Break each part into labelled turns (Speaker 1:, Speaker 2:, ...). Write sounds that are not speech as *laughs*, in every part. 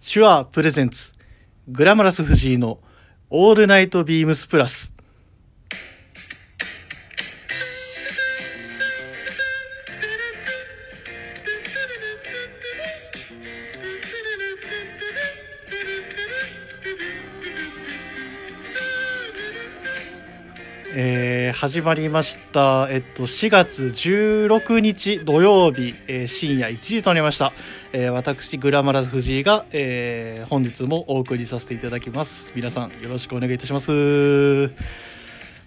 Speaker 1: 手話プレゼンツグラマラス藤井のオールナイトビームスプラスえー始まりました、えっと、4月16日土曜日、えー深夜1時となりました、えー私グラマラス藤井が、えー本日もお送りさせていただきます皆さんよろしくお願いいたします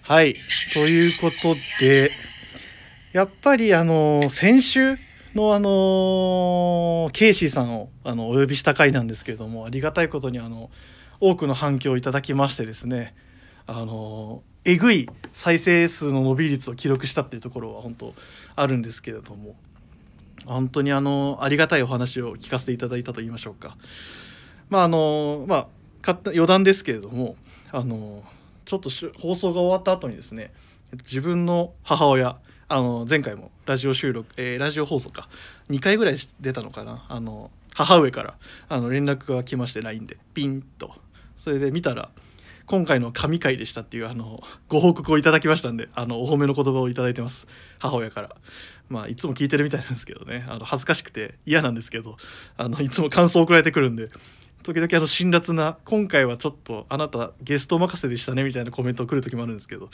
Speaker 1: はいということでやっぱりあのー先週のあのーケイシーさんをあのお呼びした回なんですけれどもありがたいことにあの多くの反響をいただきましてですねあのえぐい再生数の伸び率を記録したっていうところは本当あるんですけれども本当にあのありがたいお話を聞かせていただいたと言いましょうかまああのまあ勝手余談ですけれどもあのちょっとしゅ放送が終わった後にですね自分の母親あの前回もラジオ収録、えーラジオ放送か2回ぐらい出たのかなあの母上からあの連絡が来まして LINE でピンとそれで見たら今回の神回でしたっていうあのご報告をいただきましたんであのお褒めの言葉をいただいてます母親からまあいつも聞いてるみたいなんですけどねあの恥ずかしくて嫌なんですけどあのいつも感想を送られてくるんで時々あの辛辣な今回はちょっとあなたゲスト任せでしたねみたいなコメントを来る時もあるんですけど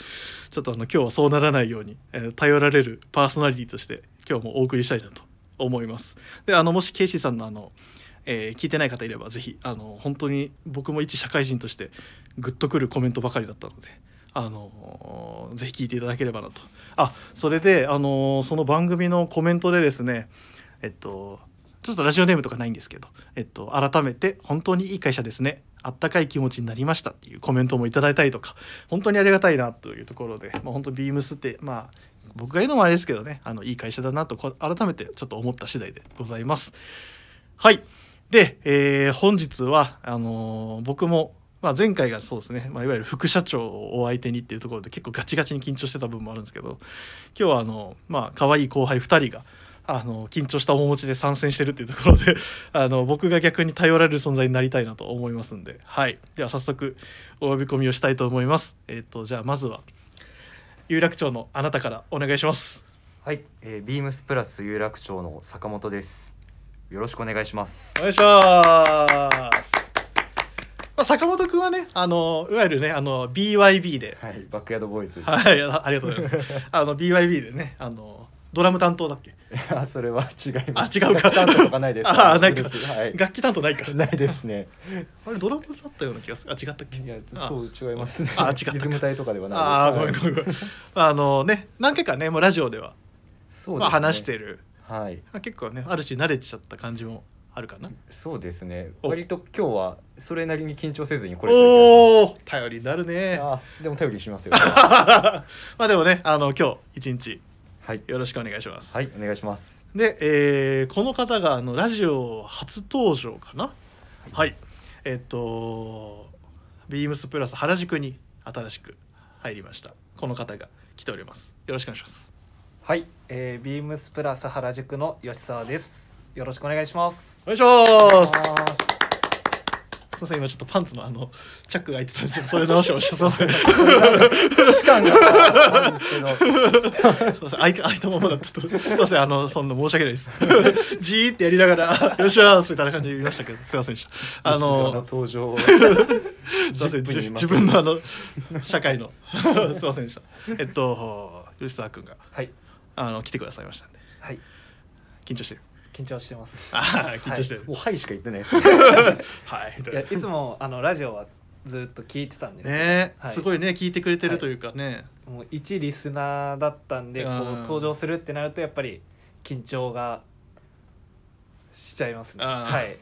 Speaker 1: ちょっとあの今日はそうならないように、えー頼られるパーソナリティとして今日もお送りしたいなと思いますであのもしケイシーさんのあのえー聞いてない方いればぜひあの本当に僕も一社会人としてグッとくるコメントばかりだったので。あのぜひ聞いていただければなとあそれで、あのその番組のコメントでですねえっとちょっとラジオネームとかないんですけど、えっと、改めて本当にいい会社ですねあったかい気持ちになりましたっていうコメントもいただいたりとか本当にありがたいなというところで、まあ、本当ビームスってまあ僕が言うのもあれですけどねあのいい会社だなとこ改めてちょっと思った次第でございます。はい。で、えー本日は、あのー僕も、まあ、前回がそうですね、まあ、いわゆる副社長をお相手にっていうところで結構ガチガチに緊張してた部分もあるんですけど今日はあのまあ可愛い後輩2人が。あの緊張した面持ちで参戦してるっていうところで *laughs* あの僕が逆に頼られる存在になりたいなと思いますんで、はい、では早速お呼び込みをしたいと思います。えっ、とじゃあまずは有楽町のあなたからお願いします。
Speaker 2: はい、えー、ビームスプラス有楽町の坂本です。よろしくお願いします。
Speaker 1: お願いします。まあ、坂本くんはね、あの、いわゆるね、あの、BYB で、
Speaker 2: はい、バックヤードボーイズ。
Speaker 1: はい、あありがとうございます。
Speaker 2: *laughs*
Speaker 1: あの、BYB でね、あの、ドラム担当だっけ
Speaker 2: あ、それは違います。
Speaker 1: あ違うか
Speaker 2: 担当とかないです。
Speaker 1: あーなんか
Speaker 2: はい、
Speaker 1: 楽器担当ないか。
Speaker 2: ないですね。
Speaker 1: あれ、ドラムだったような気がする。あ、違ったっけ
Speaker 2: いや、
Speaker 1: あ
Speaker 2: そう違いますね。
Speaker 1: あ違ったか
Speaker 2: リズム体とかではないです。
Speaker 1: ああ、ご
Speaker 2: は
Speaker 1: め
Speaker 2: い
Speaker 1: んごめんごめん。あのね、何回かね、もうラジオでは、
Speaker 2: そうですね
Speaker 1: まあ、話して。る。
Speaker 2: はい、
Speaker 1: まあ結構ね、ある種慣れちゃった感じもあるかな。
Speaker 2: そうですね。
Speaker 1: お
Speaker 2: 割と今日はそれなりに緊張せずにこれ。
Speaker 1: おお頼りになるね。
Speaker 2: あ、でも頼りにしますよ。
Speaker 1: *laughs* まあでもね、あの、今日、一日、
Speaker 2: はい、
Speaker 1: よろしくお願いします。
Speaker 2: はい、お願いします。
Speaker 1: で、えーこの方があのラジオ初登場かなはいえっとビームスプラス原宿に新しく入りましたこの方が来ておりますよろしくお願いします
Speaker 3: はい、えー、ビームスプラス原宿の吉沢です。よろしくお願いします。
Speaker 1: お願いしますす
Speaker 3: あ
Speaker 1: いません今ちょっとパンツのあのチャックが開いてたんでちょっとそれ直してましたすいま *laughs* せんす
Speaker 3: ー期間があるんですけど、
Speaker 1: いません開い開いたままだったとすいませんあのそんな申し訳ないですじーってやりながら「よろしくお願いします」みたいな感じで言いましたけどすいませんでしたあ
Speaker 2: 吉沢
Speaker 1: の
Speaker 2: 登場を。
Speaker 1: *laughs* すいません
Speaker 2: ジ
Speaker 1: 自
Speaker 2: ップに
Speaker 1: 自分のあの *laughs* 社会のすいませんでしたえっと吉沢君が
Speaker 3: はい、
Speaker 1: あの来てくださいましたんで
Speaker 3: はい、
Speaker 1: 緊張してる *laughs*
Speaker 3: 緊張してます。
Speaker 1: ああ緊張してる
Speaker 2: もうはいしか言ってないですね。
Speaker 1: はい、みた
Speaker 3: い
Speaker 1: い
Speaker 3: や、
Speaker 1: ない
Speaker 3: つもあのラジオはずっと聞いてたんですけど。
Speaker 1: ねえ、
Speaker 3: はい
Speaker 1: すごいね聞いてくれてるというかね、
Speaker 3: もう一リスナーだったんで、こ
Speaker 1: う
Speaker 3: うん登場するってなるとやっぱり緊張がしちゃいますね。
Speaker 1: あー
Speaker 3: はい、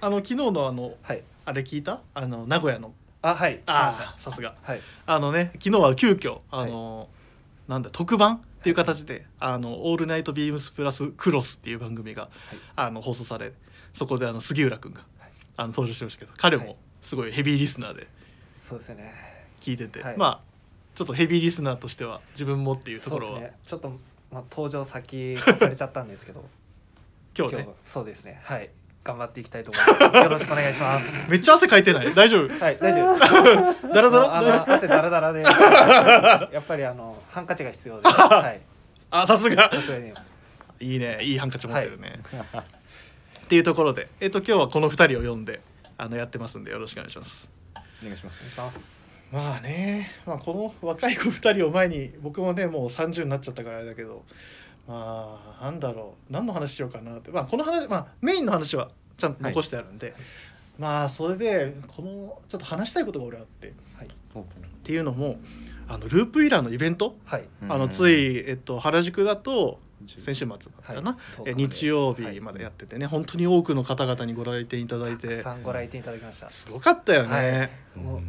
Speaker 1: あの昨日のあの
Speaker 3: はい、
Speaker 1: あれ聞いたあの名古屋の
Speaker 3: あ、はい、
Speaker 1: ああさすが
Speaker 3: はい、
Speaker 1: あのね昨日は急遽あの、なんだ特番っていう形で「あのオールナイトビームスプラスクロス」っていう番組が、あの放送されそこであの杉浦君が、
Speaker 3: い
Speaker 1: あの登場してましたけど彼
Speaker 3: はい
Speaker 1: もすごいヘビーリスナーで
Speaker 3: そうですよね。
Speaker 1: 聞いてて、
Speaker 3: はい
Speaker 1: まあちょっとヘビーリスナーとしては自分もっていうと
Speaker 3: そ
Speaker 1: こ
Speaker 3: うで
Speaker 1: ろ
Speaker 3: す
Speaker 1: は、
Speaker 3: ね。ちょっとまあ登場先越されちゃったんですけど、
Speaker 1: *laughs* 今日ね
Speaker 3: そうですね。はい。頑張っていきたいと思い
Speaker 1: *laughs*
Speaker 3: ます。よろしくお願いします。
Speaker 1: めっちゃ汗かいて *laughs* ない大丈夫
Speaker 3: はい、大丈
Speaker 1: *laughs*
Speaker 3: 夫です。
Speaker 1: だらだら
Speaker 3: あ
Speaker 1: だら
Speaker 3: の汗だらだらで、 *laughs* やっぱりあのハンカチが
Speaker 1: *laughs*
Speaker 3: 必要です。はい、
Speaker 1: あさすが
Speaker 3: さすがに。
Speaker 1: いいねいいハンカチ持ってるね、 *laughs* っていうところで、えっと今日はこの2人を読んであのやってますんでよろしくお願いします
Speaker 2: お願いします
Speaker 1: まあね、まあ、この若い子2人を前に僕もねもう30になっちゃったからあれだけどまあなんだろう何の話しようかなって、まあ、この話、まあ、メインの話はちゃんと残してあるんで、まあそれでこのちょっと話したいことが俺あってっ
Speaker 3: はい、
Speaker 1: ていうのもあのループイラーのイベント、
Speaker 3: はい、
Speaker 1: あのつい、えっと、原宿だと先週末
Speaker 3: は
Speaker 1: か
Speaker 3: い
Speaker 1: な、え日曜日までやっててね、本当に多くの方々にご来店いただい
Speaker 3: た
Speaker 1: て
Speaker 3: くさんご来店いただきました。
Speaker 1: すごかったよね、
Speaker 3: は
Speaker 2: もう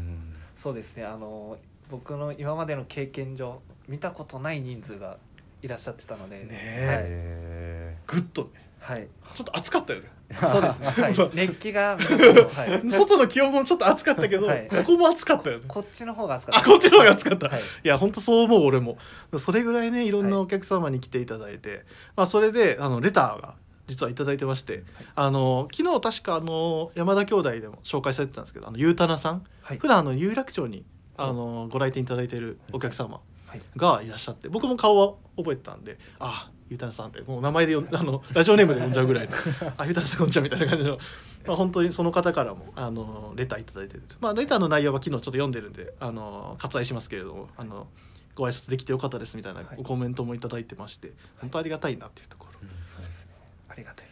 Speaker 3: そうですね。あの僕の今までの経験上見たことない人数がいらっしゃってたので、
Speaker 1: ねえ
Speaker 2: え
Speaker 1: ぐっとね *laughs*
Speaker 3: はい、
Speaker 1: ちょっと暑かったよね
Speaker 3: そうですね。はい
Speaker 1: まあ、
Speaker 3: 熱気が見たこと
Speaker 1: *laughs*
Speaker 3: はい、
Speaker 1: 外の気温もちょっと暑かったけど、
Speaker 3: はい
Speaker 1: ここも暑かったよね
Speaker 3: こっちの方が暑かっ
Speaker 1: あ
Speaker 3: た。
Speaker 1: こっちの方が暑かった、、
Speaker 3: はいい
Speaker 1: や本当そう思う俺もそれぐらいねいろんなお客様に来ていただいて、まあ、それであのレターが実はいただいてまして、あの昨日確かあの山田兄弟でも紹介されてたんですけどあのゆうたなさん
Speaker 3: はい
Speaker 1: 普段あの有楽町にあのご来店いただいてるお客様
Speaker 3: はい
Speaker 1: がいらっしゃって僕も顔は覚えてたんで「あゆうたなさん」ってもう名前で呼んあのラジオネームで呼んじゃうぐらいの「あゆうたなさんこんにちは」みたいな感じの、まあ、本当にその方からもあのレターいただいてる、まあ、レターの内容は昨日ちょっと読んでるんであの割愛しますけれどもあのご挨拶できてよかったですみたいな
Speaker 3: はい
Speaker 1: コメントもいただいてまして本当ありがたいなっていうところ。
Speaker 3: そうですね。ありがたいです。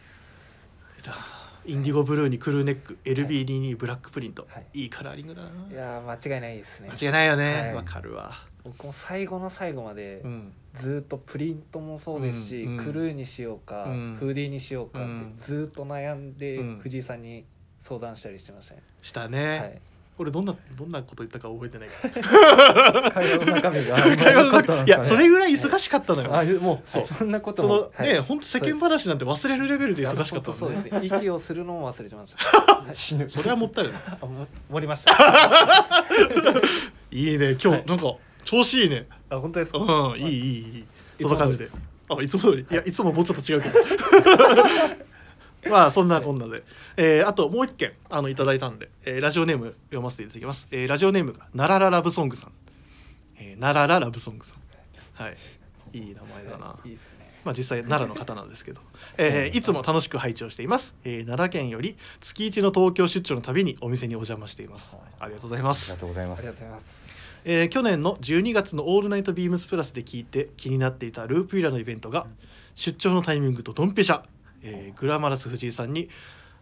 Speaker 1: インディゴブルーにクルーネック LB22 ブラックプリント、
Speaker 3: はい
Speaker 1: い、いカラーリングだな。
Speaker 3: いやー間違いないですね。
Speaker 1: 間違いないよね
Speaker 3: はい
Speaker 1: わ、かるわ、
Speaker 3: 僕も最後の最後まで
Speaker 1: うん、
Speaker 3: ずーっとプリントもそうですし、
Speaker 1: うんうん
Speaker 3: クルーにしようか、
Speaker 1: うん
Speaker 3: フーディーにしようかっ
Speaker 1: うん
Speaker 3: てずーっと悩んで、
Speaker 1: うん
Speaker 3: 藤井さんに相談したりしてましたね。
Speaker 1: したね、
Speaker 3: はい。
Speaker 1: 俺どんなどんなこと言ったか覚えてないけど
Speaker 2: 会話の中身が
Speaker 3: *laughs*
Speaker 1: 会話の中いやそれぐらい忙しかったのよ、
Speaker 2: あもう
Speaker 1: そう
Speaker 2: そんなこと
Speaker 1: そ
Speaker 2: も
Speaker 1: の、
Speaker 2: はい
Speaker 1: ね本当世間話なんて忘れるレベルで忙しかった
Speaker 3: いや本当そ
Speaker 1: の
Speaker 3: う
Speaker 1: ね
Speaker 3: で
Speaker 1: そ
Speaker 3: すね。息をするのも忘れてました。死ぬ。
Speaker 1: れはもったいない
Speaker 3: あも盛りました。あ
Speaker 1: いいね今
Speaker 3: は
Speaker 1: 日
Speaker 3: い
Speaker 1: なんか調子いいね
Speaker 3: 本当ですか。
Speaker 1: うんいいいいいいそんな感じであいつも通りいやいつももうちょっと違うけどまあそんなこんなで、えーあともう一件あのいただいたんで、えーラジオネーム読ませていただきます、えーラジオネームが「なららラブソングさん」えー「なららラブソングさん」はいいい名前だな、
Speaker 3: いいですね。
Speaker 1: まあ、実際奈良の方なんですけど、えーいつも楽しく拝聴しています、えー奈良県より月一の東京出張のたびにお店にお邪魔していますありがとうございま
Speaker 2: ありが
Speaker 1: す、
Speaker 2: とうございま
Speaker 3: ありがとうご
Speaker 2: す
Speaker 3: ざいます。
Speaker 1: えー去年の12月の「オールナイトビームスプラス」で聞いて気になっていたループイラのイベントが出張のタイミングとドンピシャ、えーグラマラス藤井さんに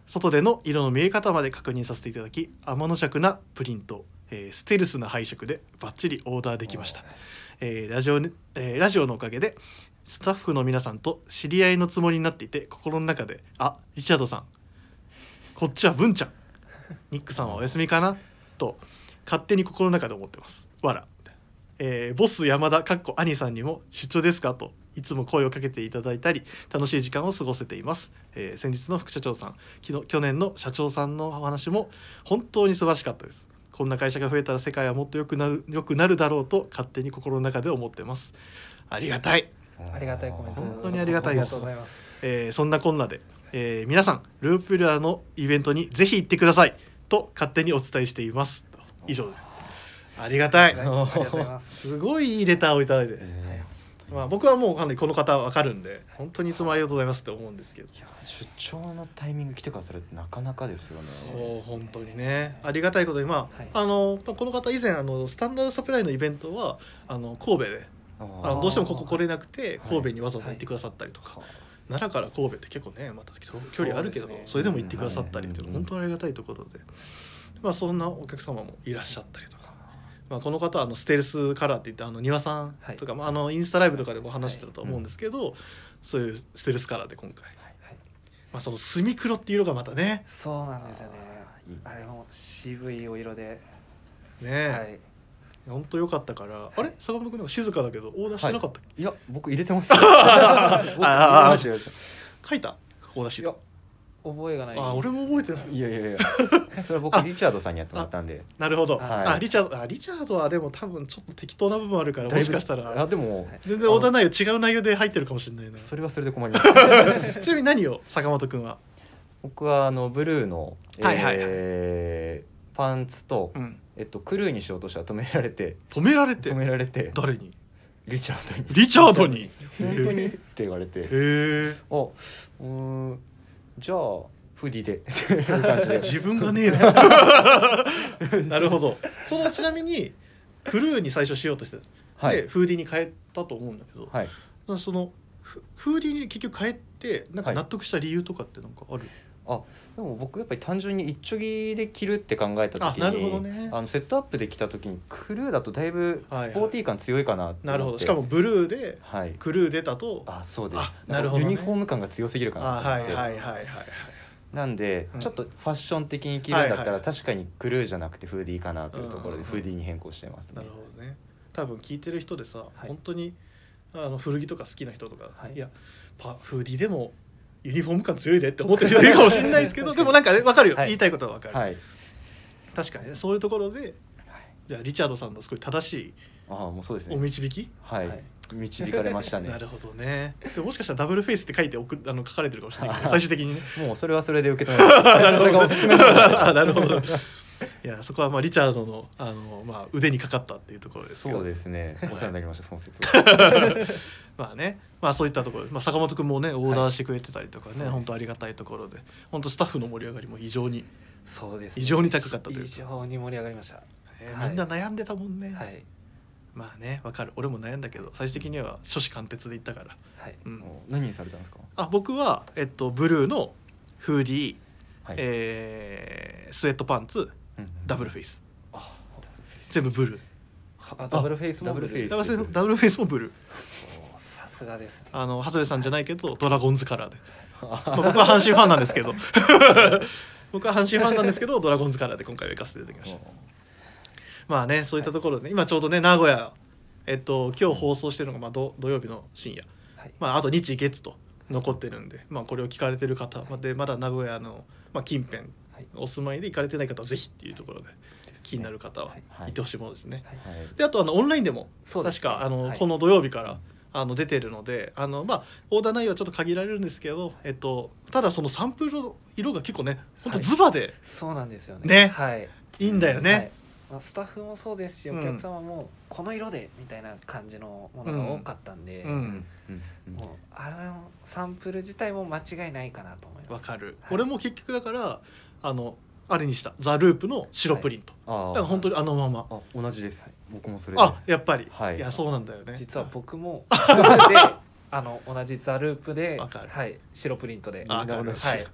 Speaker 1: 外での色の見え方まで確認させていただき天の尺なプリント、えーステルスな配色でバッチリオーダーできました、えーラジオね、えーラジオのおかげでスタッフの皆さんと知り合いのつもりになっていて心の中で「あリチャードさんこっちは文ちゃんニックさんはお休みかな?」と勝手に心の中で思ってます。わらえーボス山田かっこ兄さんにも出張ですかといつも声をかけていただいたり楽しい時間を過ごせています、えー先日の副社長さん昨日去年の社長さんのお話も本当に素晴らしかったですこんな会社が増えたら世界はもっと良くなる良くなるだろうと勝手に心の中で思ってますありがたい
Speaker 3: ありがたいコメント。
Speaker 1: 本当にありがたいです
Speaker 3: ありがとうございます。
Speaker 1: えーそんなこんなで、えー皆さんループラーのイベントにぜひ行ってくださいと勝手にお伝えしています以上ですありがたい
Speaker 3: はいありがとうございます。
Speaker 1: すごいいいレターをいただいて、
Speaker 2: え
Speaker 1: まあ、僕はもうかなりこの方は分かるんで本当にいつもありがとうございますって思うんですけど
Speaker 2: ーいや出張のタイミング来てからそれってなかなかですよね
Speaker 1: そう本当にねありがたいことにまあ,、
Speaker 3: はい
Speaker 1: あのまあこの方以前あのスタンダードサプライのイベントはあの神戸で
Speaker 2: あー
Speaker 1: あのどうしてもここ来れなくて
Speaker 2: はい
Speaker 1: 神戸にわざわざ行ってくださったりとか、奈良から神戸って結構ねまた距離あるけどそ,、
Speaker 3: そうですね
Speaker 1: れでも行ってくださったりっていうの
Speaker 2: うん
Speaker 1: 本当にありがたいところで、まあ、そんなお客様もいらっしゃったりとか。まあ、この方はあのステルスカラーって言ってあの庭さんとか、まあ、あのインスタライブとかでも話してたと思うんですけど、そういうステルスカラーで今回、
Speaker 3: はい
Speaker 1: まあ、その墨黒っていう色がまたね
Speaker 3: そうなんですよね。
Speaker 2: いい
Speaker 3: あれも渋いお色で。
Speaker 1: ね
Speaker 3: はい。
Speaker 1: 本当良かったから、あれ坂本君なんか静かだけどオーダーしてなかったっけ、
Speaker 2: いや僕入れ
Speaker 1: *laughs*
Speaker 2: てます僕入れてますよ
Speaker 1: 書いたオーダーシ
Speaker 3: い
Speaker 1: ー
Speaker 3: や
Speaker 1: ト
Speaker 3: 覚えがない。
Speaker 1: あ俺も覚えてない
Speaker 2: いやいやいやそれは僕リチャードさんにやってもらったんで
Speaker 1: なるほど、
Speaker 3: はい
Speaker 1: あリチャードあリチャードはでも多分ちょっと適当な部分あるから
Speaker 2: だい
Speaker 1: も
Speaker 2: ぶ
Speaker 1: しかしたら
Speaker 2: あでも
Speaker 3: はい
Speaker 1: 全然オーダー内容違う内容で入ってるかもしれないな *laughs*
Speaker 2: それはそれで困ります
Speaker 1: ちなみに何を坂本君は
Speaker 2: 僕はあのブルーの、
Speaker 1: はいはいはい
Speaker 2: えーパンツと、
Speaker 1: うん、
Speaker 2: えっと、クルーにしようとしたら止められて
Speaker 1: 止められて
Speaker 2: 止められて
Speaker 1: 誰に
Speaker 2: リチャードに
Speaker 1: リチャードに
Speaker 2: 「本当に?」って言われて
Speaker 1: へえ
Speaker 2: 「あうーんじゃあ
Speaker 1: *laughs*
Speaker 2: フディで」っていう感じで
Speaker 1: 自分がねえ
Speaker 2: *laughs*
Speaker 1: ななるほどそのちなみにクルーに最初しようとして、
Speaker 2: はい、
Speaker 1: でフーディーに変えたと思うんだけど、
Speaker 2: はい、
Speaker 1: そのフフーディーに結局変えてなんか納得した理由とかってなんかある、
Speaker 2: でも僕やっぱり単純に一丁着で着るって考えた時に
Speaker 1: あなるほどね
Speaker 2: あのセットアップで着た時にクルーだとだいぶ
Speaker 1: はいはい
Speaker 2: スポーティー感強いかなって思って、
Speaker 1: なるほどしかもブルーで
Speaker 2: はい
Speaker 1: クルー出たと
Speaker 2: あそうです
Speaker 1: あなるほどね
Speaker 2: んかユニフォーム感が強すぎるかな
Speaker 1: あ
Speaker 2: と
Speaker 1: はい
Speaker 2: 思っ
Speaker 1: は
Speaker 2: て、
Speaker 1: いはいはいはい
Speaker 2: なんで、
Speaker 1: うん
Speaker 2: ちょっとファッション的に着るんだった
Speaker 1: はいは
Speaker 2: ら
Speaker 1: い
Speaker 2: 確かにクルーじゃなくてフーディーかなというところ
Speaker 1: うんうんう
Speaker 2: で
Speaker 1: ん
Speaker 2: フーディーに変更してますね
Speaker 1: なるほどね多分聞いてる人でさ、
Speaker 2: い
Speaker 1: 本当にあの古着とか好きな人とか、
Speaker 2: はい
Speaker 1: い、やパフーディーでもユニフォーム感強いでって思ってる人いるかもしれないですけどでもなんかねわかるよ、
Speaker 2: はい
Speaker 1: 言いたいことはわかる、
Speaker 2: はい、はい、
Speaker 1: 確かにねそういうところで *laughs* じゃあリチャードさんのすごい正しい
Speaker 2: ああもうそうです
Speaker 1: お
Speaker 2: ね
Speaker 1: 導き、
Speaker 2: はい、
Speaker 3: はい
Speaker 2: 導かれま
Speaker 1: *laughs*
Speaker 2: したね
Speaker 1: なるほどねでももしかしたらダブルフェイスって書いて送あの書かれてるかもしれないけど最終的にね
Speaker 2: もうそれはそれで受け止めます
Speaker 1: なるほ
Speaker 2: それが
Speaker 1: ど
Speaker 2: おすすめなんで
Speaker 1: あ *laughs* なるほどいやそこはまあリチャードのあの、まあ、腕にかかったっていうところですけど
Speaker 2: そうですねお世話になりましたその説は *laughs*
Speaker 1: まあね、まあそういったところ、まあ、坂本君もねオーダーしてくれてたりとかね、
Speaker 2: はい
Speaker 1: 本当ありがたいところで本当スタッフの盛り上がりも異常に、
Speaker 3: そうです、
Speaker 1: 異常に高かったという
Speaker 3: 異
Speaker 1: か
Speaker 3: 常に盛り上がりました
Speaker 1: えー
Speaker 3: はい
Speaker 1: みんな悩んでたもんね、
Speaker 3: はい
Speaker 1: まあねわかる俺も悩んだけど最終的には初子貫徹で行ったから、
Speaker 3: はい
Speaker 1: うん、
Speaker 2: もう何にされたんですか
Speaker 1: あ僕は、えっと、ブルーのフーディー、
Speaker 2: はい、
Speaker 1: えースウェットパンツ
Speaker 2: うん
Speaker 1: ダブルフェイス
Speaker 2: あ
Speaker 1: 全部ブルー
Speaker 3: あダブルフェイスも
Speaker 2: ダブルフェイス
Speaker 1: ダブルフェイスダブルフェイスもブルー
Speaker 3: おーさすがですね
Speaker 1: あの長谷部さんじゃないけどドラゴンズカラ
Speaker 3: *laughs*
Speaker 1: ーで、まあ
Speaker 2: あ
Speaker 1: 僕は阪神ファンなんですけど *laughs* 僕は阪神ファンなんですけどドラゴンズカラーで今回は行かせていただきましたまあねそういったところで、ね今ちょうどね名古屋えっと今日放送してるのが、まあ、ど土曜日の深夜、
Speaker 3: はい
Speaker 1: まあ、あと日月と残ってるんで、まあ、これを聞かれてる方まあでまだ名古屋の、まあ、近辺
Speaker 3: はい
Speaker 1: お住まいで行かれてない方はぜひっていうところで気になる方は
Speaker 3: はい
Speaker 1: 行ってほしいものですね。
Speaker 3: はい
Speaker 2: はい
Speaker 1: であとあのオンラインでも
Speaker 3: そうです
Speaker 1: 確かあの、
Speaker 3: はい
Speaker 1: この土曜日からあの出てるのであの、まあ、オーダー内容はちょっと限られるんですけど、えっと、ただそのサンプルの色が結構ね本当
Speaker 3: はい
Speaker 1: ズバで
Speaker 3: そうなんですよね
Speaker 1: ね
Speaker 3: はい
Speaker 1: いいんだよね。
Speaker 3: はいまあ、スタッフもそうですし
Speaker 1: う
Speaker 3: お
Speaker 1: ん
Speaker 3: 客様もこの色でみたいな感じのものが多かったんで、
Speaker 1: うん
Speaker 2: うんうんうん
Speaker 3: もうあのサンプル自体も間違いないかなと思います
Speaker 1: わかる、
Speaker 3: はい
Speaker 1: 俺も結局だからあのあれにしたザ・ループの白プリント、
Speaker 2: あ
Speaker 1: だから
Speaker 2: ー
Speaker 1: 本当にあのまま
Speaker 2: あ同じです僕もそれで
Speaker 1: あ
Speaker 2: す
Speaker 1: やっぱり、、
Speaker 2: はいい
Speaker 1: やそうなんだよね
Speaker 3: 実は
Speaker 1: あ
Speaker 3: 僕
Speaker 1: *laughs*
Speaker 3: もであの同じザループで
Speaker 1: わかる
Speaker 3: はい、白プリントで
Speaker 2: みん
Speaker 1: あ
Speaker 2: な
Speaker 1: わかる
Speaker 2: 同じ
Speaker 3: はい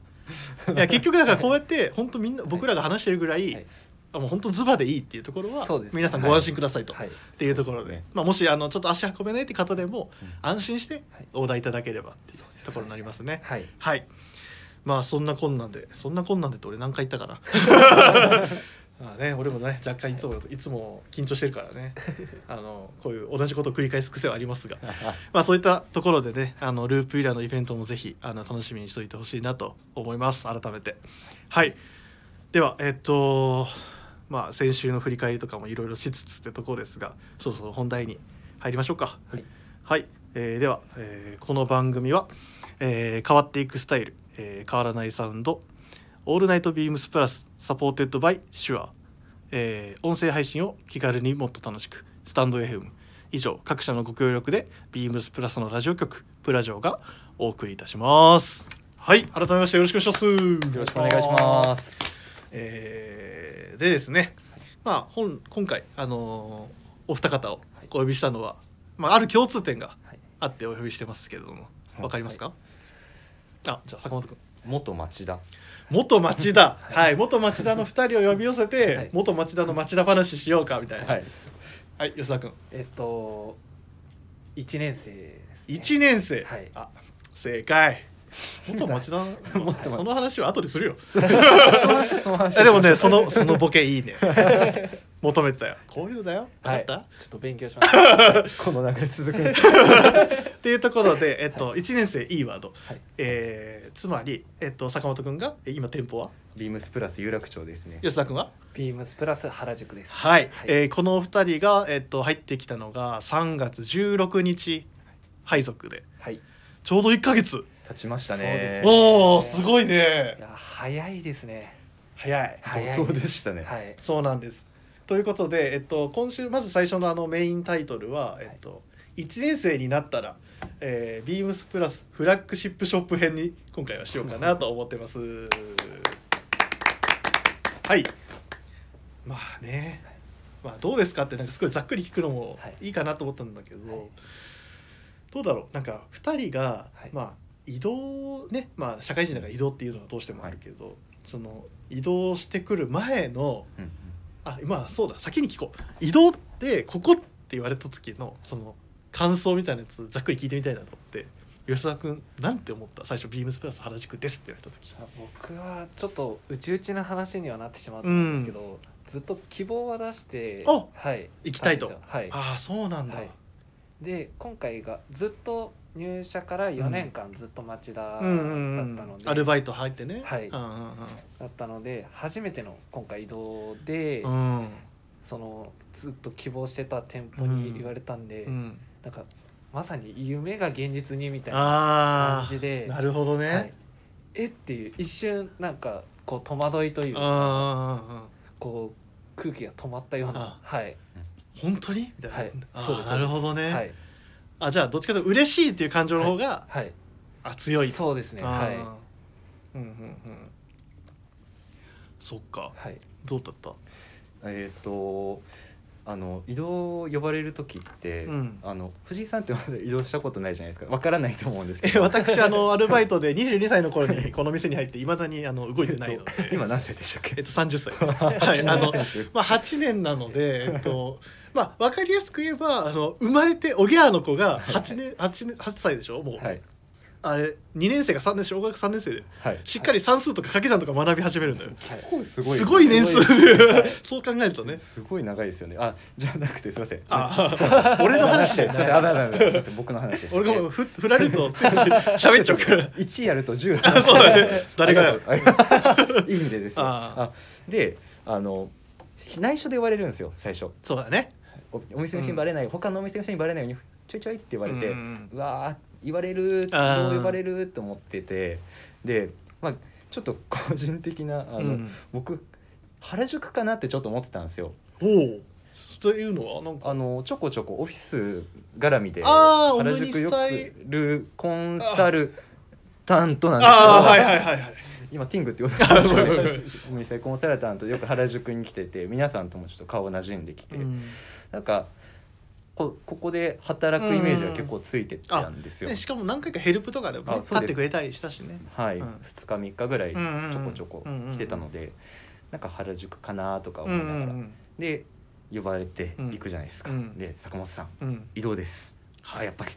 Speaker 1: いや結局だからこうやって本当みんな僕らが話してるぐらい、
Speaker 3: はい
Speaker 1: あもう本当ズバでいいっていうところは
Speaker 3: そうです
Speaker 1: 皆さんご安心くださいと、
Speaker 3: はい
Speaker 1: っていうところで、
Speaker 2: そうですね
Speaker 1: まあ、もしあのちょっと足運べないって方でも
Speaker 2: うん
Speaker 1: 安心して
Speaker 3: はい
Speaker 1: オーダーいただければっていう
Speaker 3: そうです
Speaker 1: ところになりますね。
Speaker 3: はい
Speaker 1: はいまあそんなこんなんでそんなこんなんでって俺何回言った
Speaker 3: *laughs*
Speaker 1: かなまあね俺もね若干いつもいつも緊張してるから
Speaker 3: *laughs*
Speaker 1: ねあのこういう同じことを繰り返す癖はありますがまあそういったところでねあのループイラーのイベントもぜひあの楽しみにしておいてほしいなと思います改めてはいではえっとまあ先週の振り返りとかもいろいろしつつってところですがそろそろ本題に入りましょうか
Speaker 3: はい、
Speaker 1: はいえーでは、えーこの番組は、えー変わっていくスタイル、えー変わらないサウンド「オールナイトビームスプラス」サポーテッドバイシュア、えー音声配信を気軽にもっと楽しくスタンド FM 以上各社のご協力でビームスプラスのラジオ局プラジオがお送りいたしますはい改めましてよろしくお願いします
Speaker 2: *laughs* よろしくお願いします
Speaker 1: えーでですね、まあ、本今回、あのーお二方をお呼びしたのは、まあ、ある共通点が
Speaker 3: はい
Speaker 1: あってお呼びしてますけれども
Speaker 2: い
Speaker 1: わかりますか、あじゃあ坂本君
Speaker 2: 元町田
Speaker 1: 元町田、はい、元町田の二人を呼び寄せて、
Speaker 3: はい
Speaker 1: 元町田の町田話しようかみたいな、はい
Speaker 2: い
Speaker 1: 吉田君
Speaker 3: えっと一年生です、
Speaker 1: 1
Speaker 3: ね、
Speaker 1: 年生、
Speaker 3: はい
Speaker 1: あ正解元町田、まあ
Speaker 2: 町田
Speaker 1: その話は後でするよ
Speaker 2: その話
Speaker 1: えでもねそのそのボケいいね求めてたよこういうのだよ分
Speaker 3: は
Speaker 1: か
Speaker 3: い
Speaker 1: った、
Speaker 3: ちょっと勉強しました
Speaker 1: *laughs*
Speaker 2: この流れ続くんです
Speaker 1: っていうところで、えっと、1年生いいワード、
Speaker 3: はい
Speaker 1: えーつまり、えっと、坂本くんがえ今店舗は
Speaker 2: ビームスプラス有楽町ですね
Speaker 1: 吉田くんは
Speaker 3: ビームスプラス原宿です
Speaker 1: はい、え
Speaker 3: え
Speaker 1: ーこの2人が、えっと、入ってきたのが3月16日配属で
Speaker 3: はい
Speaker 1: ちょうど1か月
Speaker 2: 経ちました
Speaker 3: そうです
Speaker 2: ね
Speaker 3: ね
Speaker 1: おおすごいね
Speaker 3: いや早いですね
Speaker 1: 早い
Speaker 3: 早い
Speaker 2: 怒涛でしたね、
Speaker 3: はい
Speaker 1: そうなんですということで、えっと、今週まず最初のあのメインタイトルは、えっと、1年生になったら、えー、ビームスプラスフラッグシップショップ編に今回はしようかなと思ってます。はいまあね、まあ、どうですかってなんかすごいざっくり聞くのも
Speaker 3: はい
Speaker 1: いいかなと思ったんだけど、
Speaker 3: はい
Speaker 1: どうだろうなんか2人が、
Speaker 3: はい
Speaker 1: まあ移動ね、まあ、社会人だから移動っていうのはどうしてもあるけど、その移動してくる前の
Speaker 2: うんうん
Speaker 1: あまあそうだ先に聞こう移動ってここって言われた時のその感想みたいなやつざっくり聞いてみたいなと思って吉田君なんて思った最初「ビームスプラス原宿です」って言われた時
Speaker 3: あ僕はちょっと内々な話にはなってしまったんですけど、ずっと希望は出して
Speaker 1: お
Speaker 3: はい
Speaker 1: 行きたいと
Speaker 3: んですよはい
Speaker 1: ああそうなんだ、
Speaker 3: はいで今回がずっと入社から4年間ずっと町田だった
Speaker 1: うんうんうん
Speaker 3: ので、
Speaker 1: アルバイト入ってね
Speaker 3: はい
Speaker 1: うんうん
Speaker 3: だったので初めての今回移動で、
Speaker 1: うんうん
Speaker 3: そのずっと希望してた店舗に言われたんで、
Speaker 1: うん
Speaker 3: なんかまさに夢が現実にみたい
Speaker 1: あ
Speaker 3: な感じで
Speaker 1: あなるほど
Speaker 3: はい
Speaker 1: ね、
Speaker 3: えっていう一瞬なんかこう戸惑いといううん
Speaker 1: うんうんうん
Speaker 3: こう空気が止まったようなはい、
Speaker 1: 本当にみたいな、
Speaker 3: はい
Speaker 1: あー
Speaker 3: そうです
Speaker 1: なるほど
Speaker 3: は
Speaker 1: ね、
Speaker 3: い
Speaker 1: あじゃあどっちかというと嬉しいっていう感情の方が、
Speaker 3: はい
Speaker 1: あ強い
Speaker 3: そうですねは
Speaker 1: あーうんうんうんそっか
Speaker 3: いはい
Speaker 1: どうだった
Speaker 2: えっ、とあの移動呼ばれる時って、
Speaker 1: うん
Speaker 2: あの藤井さんってまだ移動したことないじゃないですかわからないと思うんですけ
Speaker 1: え
Speaker 2: ど
Speaker 1: 私あ *laughs* のアルバイトで22歳の頃にこの店に入っていまだにあの動いてないので
Speaker 2: えっと今何歳でしたっ
Speaker 1: え
Speaker 2: け
Speaker 1: っと30歳 *laughs* はいあのまあ8年なのでえっとまあ分かりやすく言えばあの生まれておぎゃーの子が8年八年八歳でしょもう、
Speaker 2: はい
Speaker 1: あれ2年生か3年小学3年生で
Speaker 2: はい
Speaker 1: しっかり算数とか掛け算とか学び始めるんだよ
Speaker 2: すごい
Speaker 1: すごい年数
Speaker 2: はい
Speaker 1: そう考えるとね
Speaker 2: すごい長いですよねあじゃなくてすいません
Speaker 1: あ *laughs* 俺の話じゃ
Speaker 2: す
Speaker 1: な
Speaker 2: いませ
Speaker 1: い
Speaker 2: んあだだだすいません僕の話でした
Speaker 1: 俺がもうふ振られるとついつい *laughs* 喋っちゃうから
Speaker 2: 1やると10
Speaker 1: *laughs* そうだね誰が
Speaker 2: ありがとういい意味でですよ
Speaker 1: あ
Speaker 2: あであの内緒で言われるんですよ最初
Speaker 1: そうだね
Speaker 2: おお店の人にバレない、他のお店の人にバレないようにちょいちょいって言われて、う
Speaker 1: うん
Speaker 2: わー言われるど
Speaker 1: あー
Speaker 2: う呼ばれると思っててでまあちょっと個人的なあの、
Speaker 1: うん
Speaker 2: 僕原宿かなってちょっと思ってたんですよ
Speaker 1: おおというのはなんか
Speaker 2: あのちょこちょこオフィス絡みで
Speaker 1: あー
Speaker 2: 原
Speaker 1: オムニ
Speaker 2: 宿
Speaker 1: ス
Speaker 2: よ
Speaker 1: タ
Speaker 2: く
Speaker 1: イ
Speaker 2: るコンサルタントなんですけど
Speaker 1: ああはいはいはいはい
Speaker 2: 今ティングって呼んでました
Speaker 1: あそう
Speaker 2: ねお店コンサルタントよく原宿に来てて皆さんともちょっと顔馴染んできて、
Speaker 1: うん
Speaker 2: なんかこここで働くイメージが結構ついてたんですよ、
Speaker 1: ねしかも何回かヘルプとかでもね
Speaker 2: あ
Speaker 1: 立
Speaker 2: そうで
Speaker 1: っ
Speaker 2: す
Speaker 1: てくれたりしたしね
Speaker 2: はい、
Speaker 1: うん
Speaker 2: 2日3日ぐらいち
Speaker 1: うんうんうん
Speaker 2: ょこちょこ来てたので、なんか原宿かなとか
Speaker 1: う
Speaker 2: 思い
Speaker 1: ん
Speaker 2: ながら、で呼ばれて
Speaker 1: うん
Speaker 2: 行くじゃないですか、
Speaker 1: うん
Speaker 2: で坂本さん
Speaker 1: うんうん
Speaker 2: 移動です、
Speaker 1: はい
Speaker 2: あやっぱり